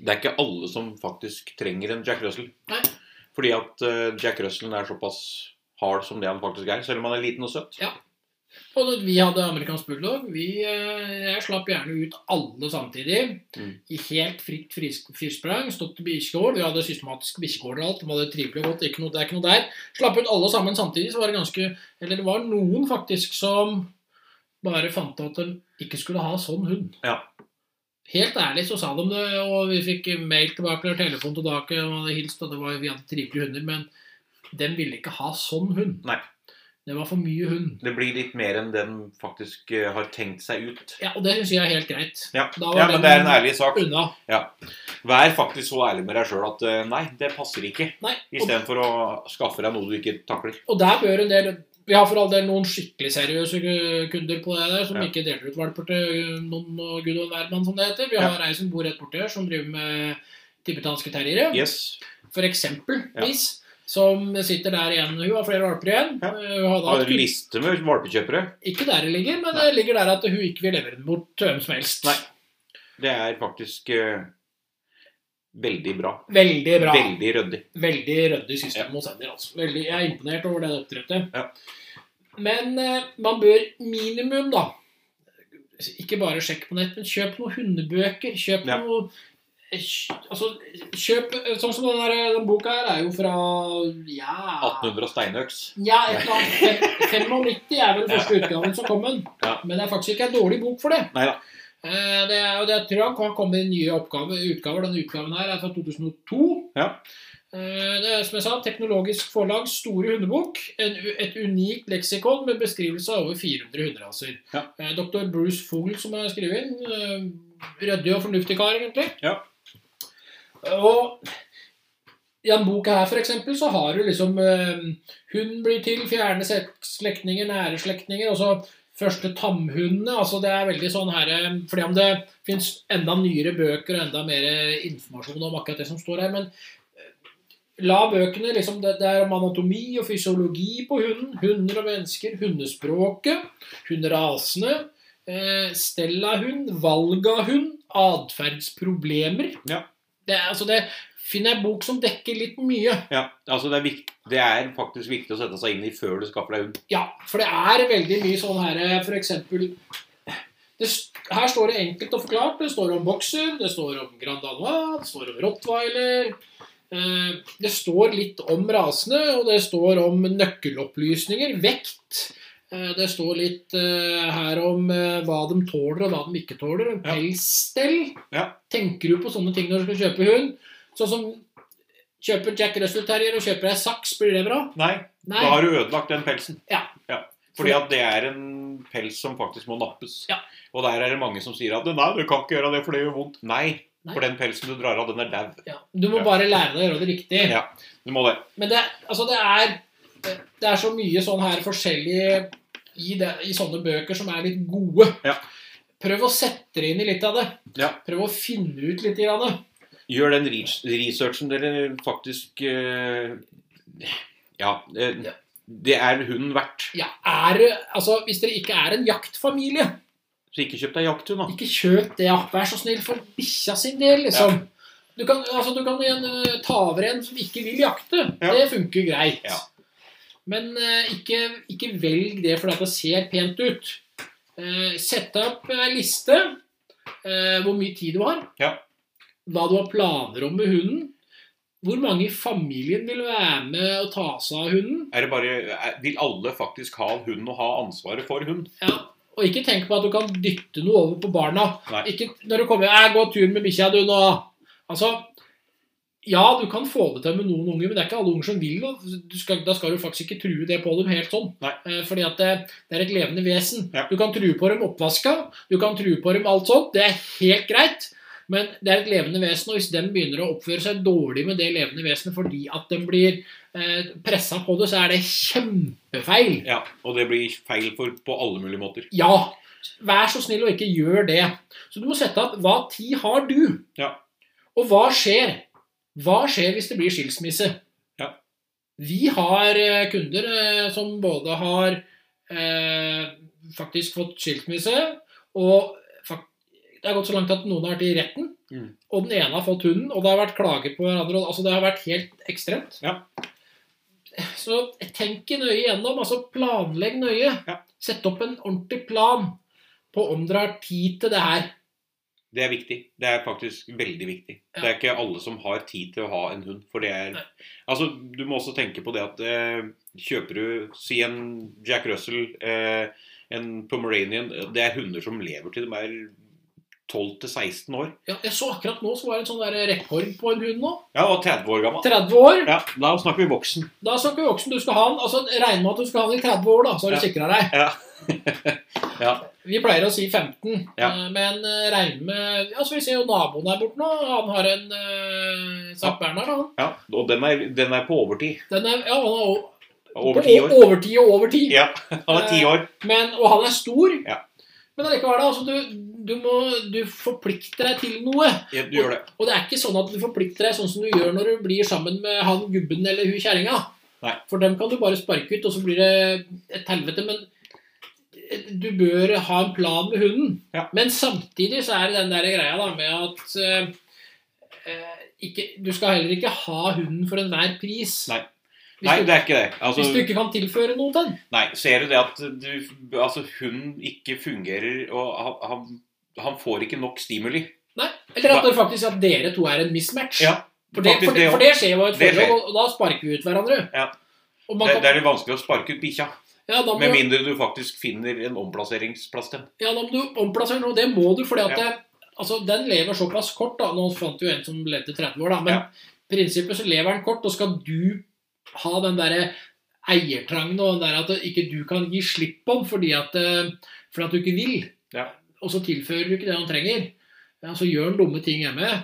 [SPEAKER 2] det er ikke alle som faktisk trenger en Jack Russell.
[SPEAKER 1] Nei.
[SPEAKER 2] Fordi at eh, Jack Russell er såpass hard som det han faktisk er, selv om han er liten og søt.
[SPEAKER 1] Og da vi hadde amerikansk bulldog. Vi, eh, jeg slapp gjerne ut alle samtidig.
[SPEAKER 2] Mm.
[SPEAKER 1] I helt fritt frisk- frisprang. Stått i bikkjegård. Vi hadde systematiske bikkjegårder og alt. De hadde det trivelig og godt. Ikke noe, det er ikke noe der. Slapp ut alle sammen samtidig, så var det ganske Eller det var noen faktisk som bare fant ut at de ikke skulle ha sånn hund.
[SPEAKER 2] Ja.
[SPEAKER 1] Helt ærlig så sa de det, og vi fikk mail tilbake eller telefon tilbake og hadde hilst, og det var, vi hadde trivelige hunder, men de ville ikke ha sånn hund.
[SPEAKER 2] Nei.
[SPEAKER 1] Det var for mye hund.
[SPEAKER 2] Det blir litt mer enn den faktisk eh, har tenkt seg ut.
[SPEAKER 1] Ja, og det syns jeg er helt greit.
[SPEAKER 2] Ja,
[SPEAKER 1] Da var
[SPEAKER 2] ja
[SPEAKER 1] den-
[SPEAKER 2] men
[SPEAKER 1] Mm.
[SPEAKER 2] det er en ærlig sak.
[SPEAKER 1] Unna.
[SPEAKER 2] Vær faktisk så ærlig med deg sjøl at eh, nei, det passer ikke.
[SPEAKER 1] Nei, og,
[SPEAKER 2] Istedenfor å skaffe deg noe du ikke takler.
[SPEAKER 1] og der bør en del Vi har for all del noen skikkelig seriøse ku- kunder på det der, som
[SPEAKER 2] Ja.
[SPEAKER 1] ikke deler ut valper til ø, noen og gud og hvermann, som det heter. Vi
[SPEAKER 2] Ja.
[SPEAKER 1] har ei som bor rett borti her, som driver med tibetanske terriere.
[SPEAKER 2] Yes.
[SPEAKER 1] For eksempelvis. Som sitter der igjen. Hun har flere valper igjen. Eh,
[SPEAKER 2] Ja.
[SPEAKER 1] Hun hadde
[SPEAKER 2] Har
[SPEAKER 1] hatt
[SPEAKER 2] du liste med valpekjøpere?
[SPEAKER 1] Ikke der det ligger, men
[SPEAKER 2] Nei.
[SPEAKER 1] det ligger der at hun ikke vil levere den bort til hvem som helst.
[SPEAKER 2] Nei. Det er faktisk eh, veldig bra.
[SPEAKER 1] Veldig bra.
[SPEAKER 2] Veldig ryddig.
[SPEAKER 1] Veldig ryddig system hos Ender. Altså. Veldig, jeg er imponert over det oppdrettet.
[SPEAKER 2] Ja.
[SPEAKER 1] Men eh, man bør minimum, da Ikke bare sjekk på nett, men kjøp noen hundebøker. Kjøp
[SPEAKER 2] Ja.
[SPEAKER 1] noe kj- Altså, kjøp Sånn som den, der, den boka her er jo fra Ja
[SPEAKER 2] 1800 og steinøks.
[SPEAKER 1] ja, et eller annet. Fem- 95 er vel første utgaven som kom den.
[SPEAKER 2] Ja.
[SPEAKER 1] Men det er faktisk ikke en dårlig bok for det.
[SPEAKER 2] Neida.
[SPEAKER 1] Eh, Det er jo det jeg tror han kan komme i nye oppgave, utgaver. Denne utgaven her er fra 2002.
[SPEAKER 2] Ja.
[SPEAKER 1] Eh, Det er som jeg sa, teknologisk forlag, store hundebok. En, u- et unikt leksikon med beskrivelse av over 400 hunderaser.
[SPEAKER 2] Ja.
[SPEAKER 1] Eh, Dr. Bruce Fool som har skrevet den. eh, Ryddig og fornuftig kar, egentlig.
[SPEAKER 2] Ja.
[SPEAKER 1] Og i den boka her, for eksempel, så har du liksom eh, Hun blir til, fjerne sek- slektninger, nære slektninger. Og så første tamhundene. altså Det er veldig sånn her eh, Fordi om det fins enda nyere bøker og enda mer eh, informasjon om akkurat det som står her, men eh, la bøkene liksom det, det er om anatomi og fysiologi på hunden. Hunder og mennesker. Hundespråket. Hunderasene. Eh, stell av hund. Valg av hund. Atferdsproblemer.
[SPEAKER 2] Ja.
[SPEAKER 1] Det, er- altså det finner jeg bok som dekker litt mye.
[SPEAKER 2] Ja, altså det er, vikt, det er faktisk viktig å sette seg inn i før du skaffer deg hund.
[SPEAKER 1] Ja, for det er veldig mye sånn her eh, For eksempel det, s- Her står det enkelt og forklart. Det står om bokser, det står om Grand Danois, det står om rottweiler. Eh, Det står litt om rasene, og det står om nøkkelopplysninger, vekt. Eh, Det står litt eh, her om eh, hva de tåler, og hva de ikke tåler. En
[SPEAKER 2] Ja.
[SPEAKER 1] pelsstell.
[SPEAKER 2] Ja.
[SPEAKER 1] Tenker du på sånne ting når du skal kjøpe hund? Sånn som kjøper Jack Russell Terrier og kjøper deg saks, blir det bra?
[SPEAKER 2] Nei,
[SPEAKER 1] Nei.
[SPEAKER 2] da har du ødelagt den pelsen.
[SPEAKER 1] Ja.
[SPEAKER 2] Fordi at det er en pels som faktisk må nappes.
[SPEAKER 1] Ja.
[SPEAKER 2] Og der er det mange som sier at nei, du kan ikke gjøre det, for det gjør vondt. Nei,
[SPEAKER 1] Nei.
[SPEAKER 2] for den pelsen du drar av, den er dau.
[SPEAKER 1] Ja, du må
[SPEAKER 2] Ja.
[SPEAKER 1] bare lære deg å gjøre det riktig.
[SPEAKER 2] Ja. Du må det.
[SPEAKER 1] Men det, altså det, er, det er så mye sånn her forskjellig i, det, i sånne bøker som er litt gode.
[SPEAKER 2] Ja.
[SPEAKER 1] Prøv å sette deg inn i litt av det.
[SPEAKER 2] Ja.
[SPEAKER 1] Prøv å finne ut litt. Grann.
[SPEAKER 2] Gjør den res- researchen dere faktisk eh, Ja. eh,
[SPEAKER 1] Ja.
[SPEAKER 2] Det er hunden verdt.
[SPEAKER 1] Ja, er, altså, hvis dere ikke er en jaktfamilie,
[SPEAKER 2] Så ikke kjøp deg jakthund, da.
[SPEAKER 1] ikke kjøp det. ja. Vær så snill for bikkja sin del, liksom. Du kan, altså, du kan igjen, eh, ta over en som ikke vil jakte.
[SPEAKER 2] Ja.
[SPEAKER 1] Det funker greit.
[SPEAKER 2] Ja.
[SPEAKER 1] Men eh, ikke, ikke velg det fordi at det ser pent ut. Eh, Sett opp ei liste eh, hvor mye tid du har.
[SPEAKER 2] Ja.
[SPEAKER 1] Hva du har planer om med hunden. Hvor mange i familien vil være med og ta seg av hunden.
[SPEAKER 2] Er det bare, er, vil alle faktisk ha hund og ha ansvaret for hund?
[SPEAKER 1] Ja, og ikke tenk på at du kan dytte noe over på barna.
[SPEAKER 2] Nei.
[SPEAKER 1] Ikke når du kommer «Jeg går tur med bikkja, du, nå!» Altså, ja, du kan få det til med noen unger, men det er ikke alle unger som vil, og du skal, da skal du faktisk ikke true det på dem helt sånn.
[SPEAKER 2] Nei.
[SPEAKER 1] Eh, Fordi at det, det er et levende vesen.
[SPEAKER 2] Ja.
[SPEAKER 1] Du kan true på dem oppvaska, du kan true på dem alt sånt, det er helt greit. Men det er et levende vesen, og hvis den begynner å oppføre seg dårlig med det levende vesenet fordi at den blir eh, pressa på det, så er det kjempefeil.
[SPEAKER 2] Ja, og det blir feil for, på alle mulige måter.
[SPEAKER 1] Ja. Vær så snill og ikke gjør det. Så du må sette opp hva tid har du?
[SPEAKER 2] Ja.
[SPEAKER 1] Og hva skjer? Hva skjer hvis det blir skilsmisse?
[SPEAKER 2] Ja.
[SPEAKER 1] Vi har eh, kunder eh, som både har eh, faktisk fått skilsmisse, Og fak- det har gått så langt at noen har vært i retten,
[SPEAKER 2] Mm.
[SPEAKER 1] og den ene har fått hunden, og det har vært klager på hverandre. og- Altså Det har vært helt ekstremt.
[SPEAKER 2] Ja.
[SPEAKER 1] Så tenk nøye gjennom. Altså planlegg nøye.
[SPEAKER 2] Ja.
[SPEAKER 1] Sett opp en ordentlig plan på om dere har tid til det her.
[SPEAKER 2] Det er viktig. Det er faktisk veldig viktig.
[SPEAKER 1] Ja.
[SPEAKER 2] Det er ikke alle som har tid til å ha en hund. For det er
[SPEAKER 1] Nei.
[SPEAKER 2] Altså, du må også tenke på det at eh, kjøper du Si en Jack Russell, eh, en Pomeranian eh, Det er hunder som lever til de er 12-16 år.
[SPEAKER 1] Ja, jeg så akkurat nå så var det en sånn der rekord på en hund nå.
[SPEAKER 2] Ja, og 30 år gammel.
[SPEAKER 1] 30 år.
[SPEAKER 2] Ja, da snakker vi voksen.
[SPEAKER 1] Da snakker vi voksen. Du skal ha den, altså Regn med at du skal ha den i 30 år, da, så har du
[SPEAKER 2] Ja.
[SPEAKER 1] sikra deg.
[SPEAKER 2] Ja. ja.
[SPEAKER 1] Vi pleier å si 15,
[SPEAKER 2] Ja.
[SPEAKER 1] eh, men eh, regn med altså Vi ser jo naboen der borte nå. Han har en uh, St. Bernhard. Han.
[SPEAKER 2] ja. Og den er, den er på overtid.
[SPEAKER 1] Den er, ja, han er o-
[SPEAKER 2] Over
[SPEAKER 1] på
[SPEAKER 2] ti år.
[SPEAKER 1] o- Over ti og over ti.
[SPEAKER 2] Ja, han er ti år.
[SPEAKER 1] Men, og han er stor.
[SPEAKER 2] Ja.
[SPEAKER 1] Men allikevel, altså, du, du, må, du forplikter deg til noe.
[SPEAKER 2] Ja, du gjør det.
[SPEAKER 1] Og det er ikke sånn at du forplikter deg sånn som du gjør når du blir sammen med han gubben eller hun kjerringa.
[SPEAKER 2] Nei.
[SPEAKER 1] For dem kan du bare sparke ut, og så blir det et helvete. Men du bør ha en plan med hunden.
[SPEAKER 2] Ja.
[SPEAKER 1] Men samtidig så er det den der greia da med at eh, eh, ikke, du skal heller ikke ha hunden for enhver pris.
[SPEAKER 2] Nei.
[SPEAKER 1] Hvis,
[SPEAKER 2] Nei,
[SPEAKER 1] du,
[SPEAKER 2] det er ikke det. Altså,
[SPEAKER 1] hvis du ikke kan tilføre noe til den.
[SPEAKER 2] Nei, ser du det at du, altså, hunden ikke fungerer, og han, han, han får ikke nok stimuli?
[SPEAKER 1] Nei. Eller at det faktisk at dere to er en mismatch.
[SPEAKER 2] Ja,
[SPEAKER 1] for, det,
[SPEAKER 2] faktisk
[SPEAKER 1] for, det,
[SPEAKER 2] det
[SPEAKER 1] for det skjer jo i et
[SPEAKER 2] Det skjer.
[SPEAKER 1] forhold, og- og da sparker vi ut hverandre.
[SPEAKER 2] Ja.
[SPEAKER 1] Og man
[SPEAKER 2] Det,
[SPEAKER 1] kan,
[SPEAKER 2] det er litt vanskelig å sparke ut bikkja.
[SPEAKER 1] ja, da må,
[SPEAKER 2] Med mindre du faktisk finner en omplasseringsplass til den.
[SPEAKER 1] ja, da må du omplassere noe. Det må du, fordi at det, altså, den lever såpass kort. da, Nå fant vi jo en som levde 30 år, da, men
[SPEAKER 2] Ja.
[SPEAKER 1] i prinsippet så lever den kort, og skal du ha den derre eiertrangen og den der at ikke du kan gi slipp på den fordi at, eh, fordi at du ikke vil.
[SPEAKER 2] Ja.
[SPEAKER 1] Og så tilfører du ikke det han trenger. Ja, så gjør han dumme ting hjemme, eh,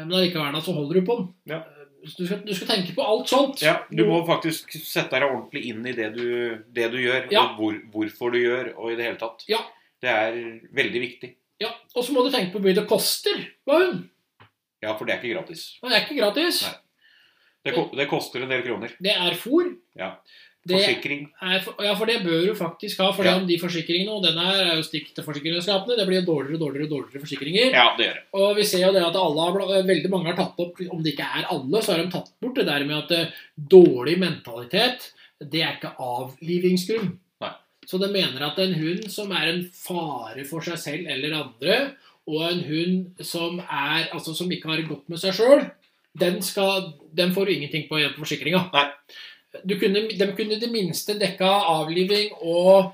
[SPEAKER 1] men allikevel da, så holder du på den.
[SPEAKER 2] Ja.
[SPEAKER 1] Eh, så Du, skal, du skal tenke på alt sånt.
[SPEAKER 2] Ja, du må faktisk sette deg ordentlig inn i det du, det du gjør,
[SPEAKER 1] Ja.
[SPEAKER 2] og hvor, hvorfor du gjør, og i det hele tatt.
[SPEAKER 1] Ja.
[SPEAKER 2] Det er veldig viktig.
[SPEAKER 1] Ja, Og så må du tenke på hvor mye det koster. Hva hun?
[SPEAKER 2] Ja, for det er ikke gratis.
[SPEAKER 1] Det er ikke gratis.
[SPEAKER 2] Nei. Det, ko- det koster en del kroner.
[SPEAKER 1] Det er fôr.
[SPEAKER 2] Ja.
[SPEAKER 1] Det
[SPEAKER 2] Forsikring.
[SPEAKER 1] er, for- ja, for det bør du faktisk ha. For det
[SPEAKER 2] Ja.
[SPEAKER 1] om de forsikringene, og den her er jo stikk til forsikringsselskapene, det blir jo dårligere og dårligere og dårligere forsikringer.
[SPEAKER 2] Ja, det gjør det.
[SPEAKER 1] Og vi ser jo det at alle har, bla- eh, veldig mange har tatt opp, om det ikke er alle, så har de tatt bort det der med at eh, dårlig mentalitet, det er ikke avlivingsgrunn.
[SPEAKER 2] Nei.
[SPEAKER 1] Så de mener at en hund som er en fare for seg selv eller andre, og en hund som, er, altså, som ikke har det godt med seg sjøl, den, skal- den får du ingenting på gjennom forsikringa.
[SPEAKER 2] Nei.
[SPEAKER 1] Du kunne, de kunne i det minste dekka avliving og,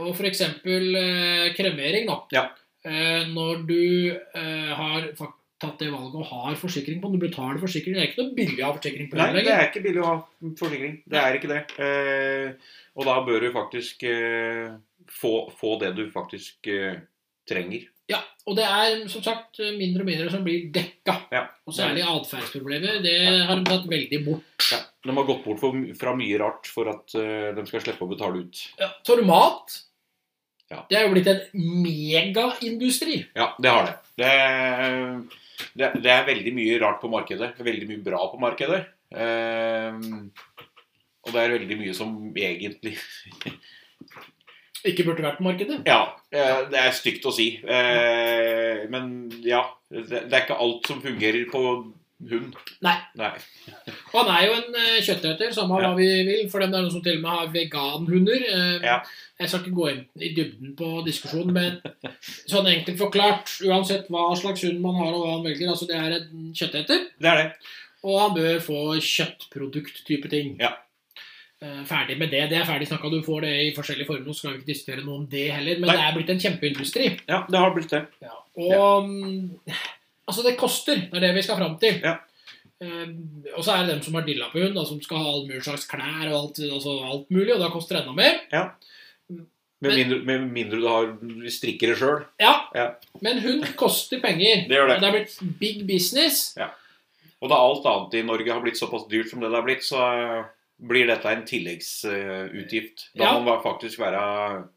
[SPEAKER 1] og f.eks. Eh, kremering, da.
[SPEAKER 2] Ja.
[SPEAKER 1] Eh, når du eh, har fak- tatt det valget og har forsikring på den, du betaler forsikring, det er ikke noe billig å ha forsikring på
[SPEAKER 2] Nei,
[SPEAKER 1] den
[SPEAKER 2] det
[SPEAKER 1] lenger.
[SPEAKER 2] er ikke billig å ha forsikring. Det er ikke det. Eh, og da bør du faktisk eh, få, få det du faktisk eh, trenger.
[SPEAKER 1] Ja, og det er som sagt mindre og mindre som blir dekka.
[SPEAKER 2] Ja.
[SPEAKER 1] Og særlig atferdsproblemer, det har de tatt veldig bort.
[SPEAKER 2] Ja. De har gått bort for, fra mye rart for at eh, de skal slippe å betale ut.
[SPEAKER 1] Ja, så har du mat.
[SPEAKER 2] Ja.
[SPEAKER 1] Det er jo blitt en megaindustri.
[SPEAKER 2] Ja, det har det. Det, det. det er veldig mye rart på markedet. Veldig mye bra på markedet. Eh, og det er veldig mye som egentlig
[SPEAKER 1] Ikke burde vært på markedet.
[SPEAKER 2] Ja, eh, det er stygt å si. Eh, Men ja, det det er ikke alt som fungerer på hund.
[SPEAKER 1] Nei.
[SPEAKER 2] Nei.
[SPEAKER 1] Og han er jo en eh, kjøtteter, samme
[SPEAKER 2] Ja.
[SPEAKER 1] hva vi vil, for dem det er noen som til og med har veganhunder. Eh,
[SPEAKER 2] Ja.
[SPEAKER 1] Jeg skal ikke gå inn i dybden på diskusjonen, men sånn enkelt forklart, uansett hva slags hund man har og hva han velger, altså det er en kjøtteter,
[SPEAKER 2] Det er det.
[SPEAKER 1] og han bør få kjøttprodukt-type ting.
[SPEAKER 2] Ja.
[SPEAKER 1] Eh, Ferdig med det. Det er ferdig snakka. Du får det i forskjellige former. Så skal vi ikke diskutere noe om det heller. Men
[SPEAKER 2] Nei.
[SPEAKER 1] det er blitt en kjempeindustri.
[SPEAKER 2] Ja, det har blitt det.
[SPEAKER 1] Ja. Og mm, altså, det koster. Det er det vi skal fram til.
[SPEAKER 2] Ja.
[SPEAKER 1] Eh, og så er det dem som har dilla på hund, da, som skal ha all mulig slags klær og alt, altså alt mulig, og da koster det enda mer.
[SPEAKER 2] Med
[SPEAKER 1] Men-
[SPEAKER 2] mindre, med mindre du har strikker det sjøl.
[SPEAKER 1] Ja,
[SPEAKER 2] Ja.
[SPEAKER 1] men hund koster penger.
[SPEAKER 2] Det gjør det.
[SPEAKER 1] Og det er blitt big business.
[SPEAKER 2] Og da alt annet i Norge har blitt såpass dyrt som det det har blitt, så eh, blir dette en tilleggsutgift. Da
[SPEAKER 1] Ja.
[SPEAKER 2] må man faktisk være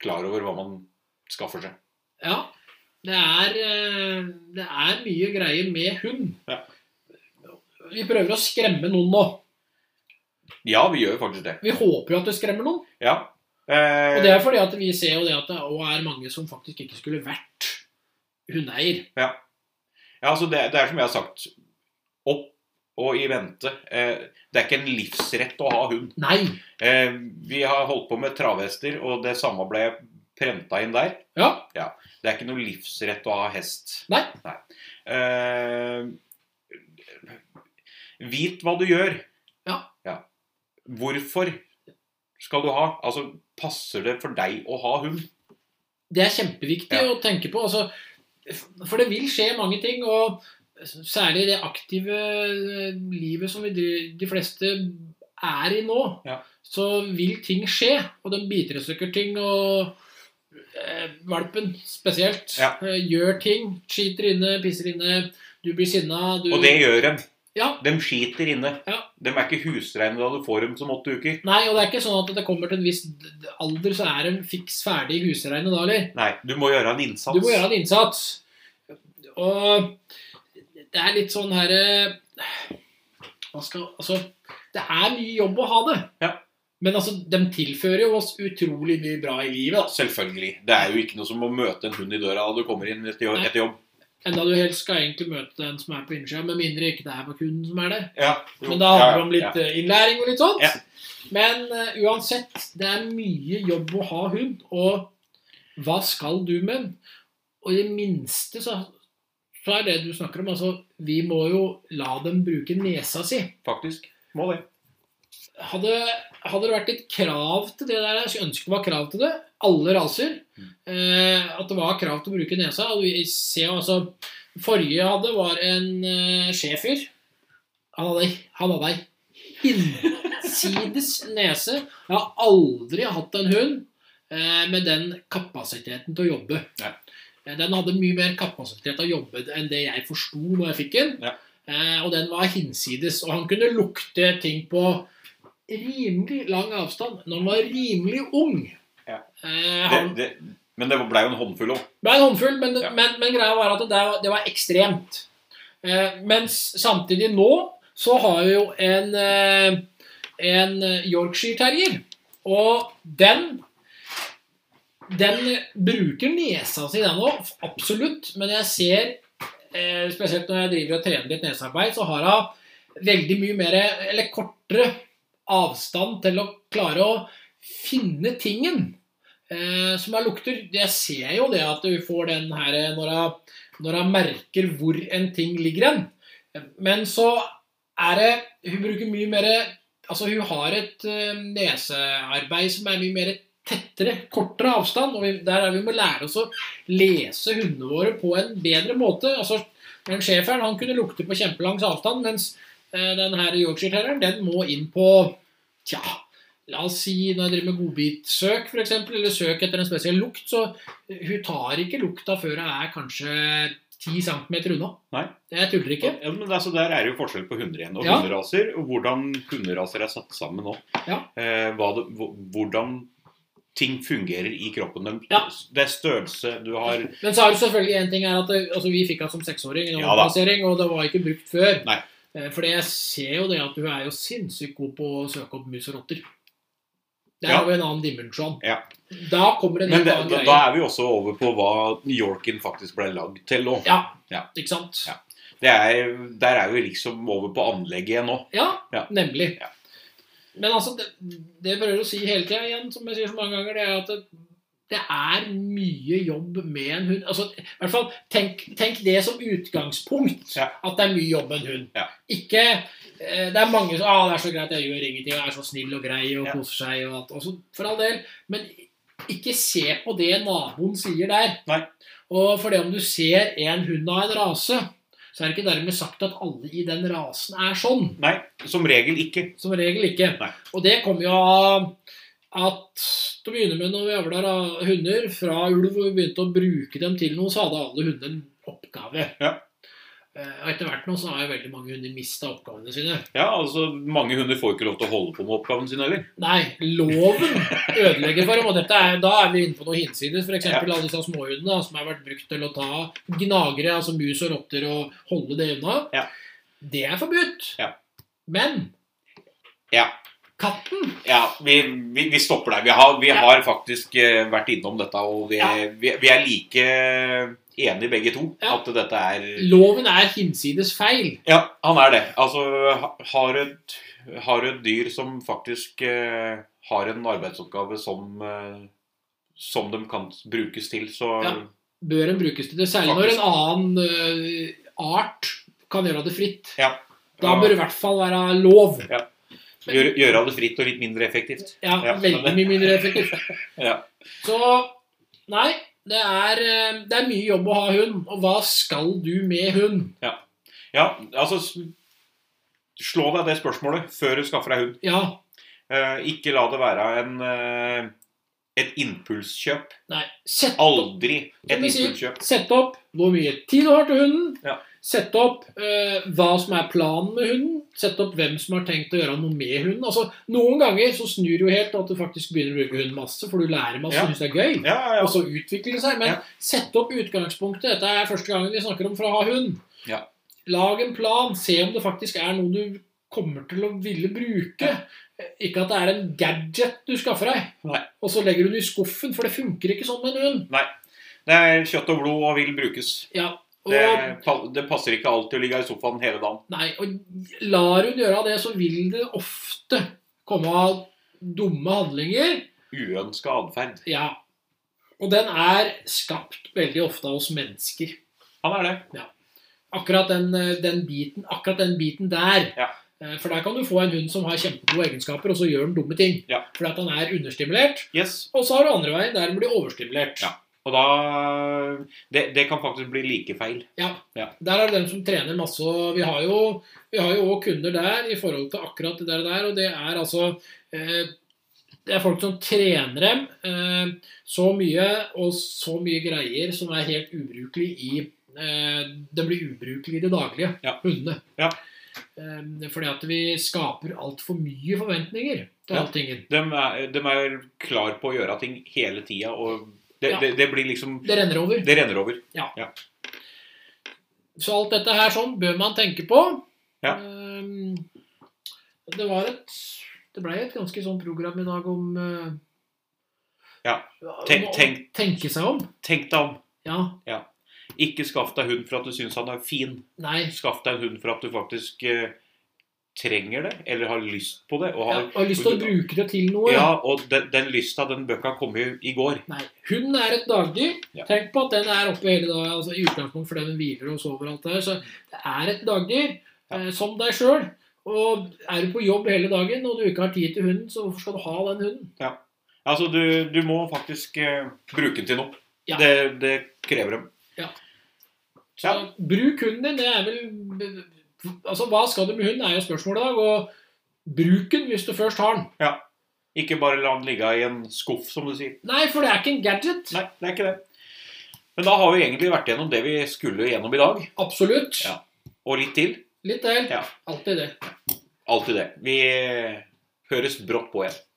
[SPEAKER 2] klar over hva man skaffer seg.
[SPEAKER 1] Ja. Det er, eh, det er mye greier med hund.
[SPEAKER 2] Ja.
[SPEAKER 1] Vi prøver å skremme noen nå.
[SPEAKER 2] Ja, vi gjør faktisk det.
[SPEAKER 1] Vi håper jo at det skremmer noen.
[SPEAKER 2] Ja. Eh, Eh,
[SPEAKER 1] Og det er fordi at vi ser jo det at det også er mange som faktisk ikke skulle vært hundeeier.
[SPEAKER 2] Ja, altså det, det er som jeg har sagt. Opp og i vente. Eh, det er ikke en livsrett å ha hund.
[SPEAKER 1] Nei.
[SPEAKER 2] Eh, vi har holdt på med travhester, og det samme ble prenta inn der.
[SPEAKER 1] Ja.
[SPEAKER 2] Det er ikke noe livsrett å ha hest.
[SPEAKER 1] Nei.
[SPEAKER 2] Eh, vit hva du gjør.
[SPEAKER 1] Ja.
[SPEAKER 2] Hvorfor skal du ha? Altså, passer det for deg å ha hund?
[SPEAKER 1] Det er kjempeviktig
[SPEAKER 2] Ja.
[SPEAKER 1] å tenke på. Altså, for det vil skje mange ting. og Særlig det aktive eh, livet som vi, dri- de fleste er i nå,
[SPEAKER 2] Ja.
[SPEAKER 1] så vil ting skje. Og den biter og søker ting. Og eh, valpen spesielt
[SPEAKER 2] Ja.
[SPEAKER 1] eh, gjør ting. Skiter inne, pisser inne. Du blir sinna. Du...
[SPEAKER 2] Og det gjør dem.
[SPEAKER 1] Mm. Ja.
[SPEAKER 2] De skiter inne.
[SPEAKER 1] Ja.
[SPEAKER 2] De er ikke husreine da du får dem som åtte uker.
[SPEAKER 1] Nei, og det er ikke sånn at det kommer til en viss alder, så er en fiks ferdig husreine da, eller?
[SPEAKER 2] Nei, du må gjøre en innsats.
[SPEAKER 1] Du må gjøre en innsats. Og det er litt sånn her eh, Hva skal Altså, det er mye jobb å ha det.
[SPEAKER 2] Ja.
[SPEAKER 1] Men altså, de tilfører jo oss utrolig mye bra i livet. Altså.
[SPEAKER 2] Selvfølgelig. Det er jo ikke noe som å møte en hund i døra da du kommer inn etter jobb.
[SPEAKER 1] Nei.
[SPEAKER 2] Etter jobb.
[SPEAKER 1] Enda du helst skal egentlig møte den som er på innsida, med mindre ikke det er bare kunden som er det.
[SPEAKER 2] Ja, jo,
[SPEAKER 1] Men da handler
[SPEAKER 2] ja,
[SPEAKER 1] det om litt eh, innlæring og litt sånt.
[SPEAKER 2] Ja.
[SPEAKER 1] Men eh, uansett, det er mye jobb å ha hund. Og hva skal du med den? Og i det minste så, så er det du snakker om, altså Vi må jo la dem bruke nesa si.
[SPEAKER 2] ja, Faktisk. Må det.
[SPEAKER 1] Hadde, hadde det vært litt krav til det der, jeg skulle ønske det var krav til det, alle raser, eh, at det var krav til å bruke nesa og vi ser jo altså, Forrige jeg hadde, var en eh, schæfer. Han hadde, han hadde ei hinsides nese. Jeg har aldri hatt en hund eh, med den kapasiteten til å jobbe.
[SPEAKER 2] Nei.
[SPEAKER 1] Eh, Den hadde mye mer kapasitet til å jobbe enn det jeg forsto når jeg fikk den.
[SPEAKER 2] Ja.
[SPEAKER 1] Eh, og den var hinsides. Og han kunne lukte ting på rimelig lang avstand når han var rimelig ung.
[SPEAKER 2] Ja.
[SPEAKER 1] Eh,
[SPEAKER 2] det,
[SPEAKER 1] han,
[SPEAKER 2] det men det ble jo en håndfull òg.
[SPEAKER 1] det var en håndfull, men,
[SPEAKER 2] Ja.
[SPEAKER 1] men, men greia var at det, der, var- det var ekstremt. Eh, mens samtidig nå så har vi jo en, eh, en Yorkshire-terrier. Og den den bruker nesa si, den òg. Absolutt. Men jeg ser, eh, spesielt når jeg driver og trener litt nesearbeid, så har hun veldig mye mer Eller kortere avstand til å klare å finne tingen eh, som jeg lukter. Jeg ser jo det at du får den her eh, når jeg, når jeg merker hvor en ting ligger hen. Men så er det Hun bruker mye mer Altså, hun har et eh, nesearbeid som er mye mer tettere, kortere avstand. Og vi, der er vi må lære oss å lese hundene våre på en bedre måte. Altså, den schæferen han kunne lukte på kjempelangs avstand, mens eh, den her Yorkshire-terrieren, den må inn på Tja, La oss si når jeg driver med godbitsøk, for eksempel, eller søk etter en spesiell lukt, så hun tar ikke lukta før hun er kanskje 10 cm unna.
[SPEAKER 2] Nei.
[SPEAKER 1] Jeg tuller ikke.
[SPEAKER 2] Ja, men altså, der er det jo forskjell på hunder igjen og
[SPEAKER 1] Ja.
[SPEAKER 2] hunderaser. Og hvordan hunderaser er satt sammen nå.
[SPEAKER 1] Ja.
[SPEAKER 2] Eh, hva det, hvor- hvordan ting fungerer i kroppen. dem.
[SPEAKER 1] Ja.
[SPEAKER 2] Det er størrelse du har
[SPEAKER 1] Men så er det selvfølgelig en ting er at det, altså, vi fikk henne som seksåring,
[SPEAKER 2] Ja da.
[SPEAKER 1] og og det var ikke brukt før.
[SPEAKER 2] Nei.
[SPEAKER 1] Eh, For jeg ser jo det at hun er jo sinnssykt god på å søke opp mus og rotter. Der
[SPEAKER 2] Ja.
[SPEAKER 1] har vi en annen dimensjon.
[SPEAKER 2] Ja.
[SPEAKER 1] Da kommer en
[SPEAKER 2] Men
[SPEAKER 1] helt
[SPEAKER 2] det,
[SPEAKER 1] annen
[SPEAKER 2] da,
[SPEAKER 1] greie.
[SPEAKER 2] da er vi også over på hva Yorken faktisk ble lagd til nå.
[SPEAKER 1] Ja.
[SPEAKER 2] Ja.
[SPEAKER 1] ikke sant?
[SPEAKER 2] Ja. Det er, der er vi liksom over på anlegget igjen nå.
[SPEAKER 1] Ja,
[SPEAKER 2] Ja.
[SPEAKER 1] nemlig.
[SPEAKER 2] Ja.
[SPEAKER 1] Men altså, det, det jeg prøver å si hele tida igjen, som jeg sier så mange ganger, det er at det, det er mye jobb med en hund. Altså, i hvert fall, tenk, tenk det som utgangspunkt,
[SPEAKER 2] Ja.
[SPEAKER 1] at det er mye jobb med en hund.
[SPEAKER 2] Ja.
[SPEAKER 1] Ikke eh, Det er mange som ah, 'Det er så greit, jeg gjør ingenting, jeg er så snill og grei og
[SPEAKER 2] Ja.
[SPEAKER 1] koser seg' og alt. Også, for all del. Men ikke se på det naboen sier der.
[SPEAKER 2] Nei.
[SPEAKER 1] Og for det om du ser en hund av en rase, så er det ikke dermed sagt at alle i den rasen er sånn.
[SPEAKER 2] Nei, som regel ikke.
[SPEAKER 1] Som regel ikke.
[SPEAKER 2] Nei.
[SPEAKER 1] Og det kommer jo av at til å begynne med når vi avler av hunder fra ulv og vi begynte å bruke dem til noe, så hadde alle hundene en oppgave.
[SPEAKER 2] Ja.
[SPEAKER 1] Eh, Og etter hvert nå så har jo veldig mange hunder mista oppgavene sine.
[SPEAKER 2] Ja, altså, Mange hunder får ikke lov til å holde på med oppgaven sin heller.
[SPEAKER 1] Nei, loven ødelegger for dem. Og dette er, da er vi inne på noe hinsides. F.eks. alle disse småhundene da, som har vært brukt til å ta gnagere, altså mus og rotter, og holde det unna.
[SPEAKER 2] Ja.
[SPEAKER 1] Det er forbudt.
[SPEAKER 2] Ja.
[SPEAKER 1] Men
[SPEAKER 2] Ja.
[SPEAKER 1] Katten!
[SPEAKER 2] Ja, vi, vi, vi stopper der. Vi har, vi
[SPEAKER 1] Ja.
[SPEAKER 2] har faktisk eh, vært innom dette, og vi,
[SPEAKER 1] Ja.
[SPEAKER 2] vi, vi er like enige begge to
[SPEAKER 1] Ja.
[SPEAKER 2] at dette er
[SPEAKER 1] Loven er hinsides feil.
[SPEAKER 2] Ja, han er det. Altså, ha- har du et, har du et dyr som faktisk eh, har en arbeidsoppgave som eh, som de kan brukes til, så
[SPEAKER 1] Ja. Bør den brukes til det, særlig når en annen eh, art kan gjøre det fritt.
[SPEAKER 2] Ja.
[SPEAKER 1] Da bør det i hvert fall være lov.
[SPEAKER 2] gjøre, gjøre det fritt og litt mindre effektivt.
[SPEAKER 1] Ja,
[SPEAKER 2] Ja,
[SPEAKER 1] veldig mye mindre effektivt.
[SPEAKER 2] Ja.
[SPEAKER 1] Så nei, det er, eh, det er mye jobb å ha hund. Og hva skal du med hund?
[SPEAKER 2] Ja, altså s- Slå deg det spørsmålet før du skaffer deg hund.
[SPEAKER 1] Ja,
[SPEAKER 2] Eh, ikke la det være en, eh, et impulskjøp.
[SPEAKER 1] nei, sett opp,
[SPEAKER 2] Aldri et
[SPEAKER 1] Som vi sier.
[SPEAKER 2] impulskjøp.
[SPEAKER 1] sett opp hvor mye tid du har til hunden.
[SPEAKER 2] Ja.
[SPEAKER 1] Sett opp eh, hva som er planen med hunden. Sett opp hvem som har tenkt å gjøre noe med hunden. Altså, Noen ganger så snur det jo helt at du faktisk begynner å bruke hunden masse, for du lærer masse
[SPEAKER 2] Ja.
[SPEAKER 1] og syns det er gøy.
[SPEAKER 2] Ja, ja,
[SPEAKER 1] Og så utvikle seg. Men
[SPEAKER 2] Ja.
[SPEAKER 1] sett opp utgangspunktet. Dette er første gangen vi snakker om for å ha hund.
[SPEAKER 2] Ja.
[SPEAKER 1] Lag en plan. Se om det faktisk er noe du kommer til å ville bruke. Ikke at det er en gadget du skaffer deg,
[SPEAKER 2] Nei.
[SPEAKER 1] og så legger du den i skuffen, for det funker ikke sånn med en hund.
[SPEAKER 2] Det er kjøtt og blod og vil brukes.
[SPEAKER 1] Ja, og,
[SPEAKER 2] Det, pa- det passer ikke alltid å ligge i sofaen hele dagen.
[SPEAKER 1] nei, og lar hun gjøre det, så vil det ofte komme av dumme handlinger.
[SPEAKER 2] Uønska atferd.
[SPEAKER 1] Ja. Og den er skapt veldig ofte av oss mennesker.
[SPEAKER 2] Han er det.
[SPEAKER 1] akkurat den, eh, den, biten, akkurat den biten der.
[SPEAKER 2] Ja.
[SPEAKER 1] Eh, For der kan du få en hund som har kjempegode egenskaper, og så gjør den dumme ting.
[SPEAKER 2] Ja.
[SPEAKER 1] Fordi at han er understimulert.
[SPEAKER 2] Yes.
[SPEAKER 1] Og så har du andre veien, der den blir overstimulert.
[SPEAKER 2] Ja. Og da det, det kan faktisk bli like feil.
[SPEAKER 1] Der er det dem som trener masse, og vi har jo vi har jo òg kunder der i forhold til akkurat det der, og der, og det er altså eh, Det er folk som trener dem eh, så mye og så mye greier som er helt ubrukelig i eh, Det blir ubrukelig i det daglige.
[SPEAKER 2] Ja.
[SPEAKER 1] Hundene.
[SPEAKER 2] Ja.
[SPEAKER 1] Eh, fordi at vi skaper altfor mye forventninger til
[SPEAKER 2] Ja.
[SPEAKER 1] alltingen.
[SPEAKER 2] De er, de er klar på å gjøre ting hele tida, og det,
[SPEAKER 1] Ja.
[SPEAKER 2] det, det blir liksom
[SPEAKER 1] Det renner over.
[SPEAKER 2] Det renner over.
[SPEAKER 1] Så alt dette her sånn bør man tenke på.
[SPEAKER 2] Ja.
[SPEAKER 1] Ehm, Det var et Det blei et ganske sånn program i dag om eh,
[SPEAKER 2] Ja.
[SPEAKER 1] om
[SPEAKER 2] Tenk-
[SPEAKER 1] å
[SPEAKER 2] tenk-
[SPEAKER 1] Tenke seg om.
[SPEAKER 2] Tenk deg om.
[SPEAKER 1] Ja.
[SPEAKER 2] Ikke skaff deg hund for at du syns han er fin.
[SPEAKER 1] Nei.
[SPEAKER 2] Skaff deg en hund for at du faktisk eh, trenger det, eller har lyst på det. Og
[SPEAKER 1] Ja,
[SPEAKER 2] har,
[SPEAKER 1] og har lyst til å bruke det til noe.
[SPEAKER 2] ja, og den, den lysta, den bøkka kom jo i går.
[SPEAKER 1] Nei. Hunden er et dagdyr.
[SPEAKER 2] Ja.
[SPEAKER 1] Tenk på at den er oppe hele dagen altså, i utgangspunkt fordi den hviler og sover. og alt det der. Så det er et dagdyr
[SPEAKER 2] Ja.
[SPEAKER 1] eh, som deg sjøl. Og er du på jobb hele dagen og du ikke har tid til hunden, så hvorfor skal du ha den hunden?
[SPEAKER 2] Altså, du, du må faktisk eh, bruke den til noe.
[SPEAKER 1] Ja.
[SPEAKER 2] Det, det krever dem.
[SPEAKER 1] Ja. Så
[SPEAKER 2] Ja.
[SPEAKER 1] bruk hunden din. Det er vel Altså, hva skal du med hunden, er jo spørsmålet i dag. Og bruk den hvis du først har den.
[SPEAKER 2] Ikke bare la den ligge i en skuff, som du sier.
[SPEAKER 1] Nei, for det er ikke en gadget.
[SPEAKER 2] Nei, det er ikke det. Men da har vi egentlig vært gjennom det vi skulle gjennom i dag,
[SPEAKER 1] Absolutt.
[SPEAKER 2] Ja. og litt til.
[SPEAKER 1] Litt til.
[SPEAKER 2] Ja.
[SPEAKER 1] Alltid det.
[SPEAKER 2] Alltid det. Vi eh, høres brått på igjen.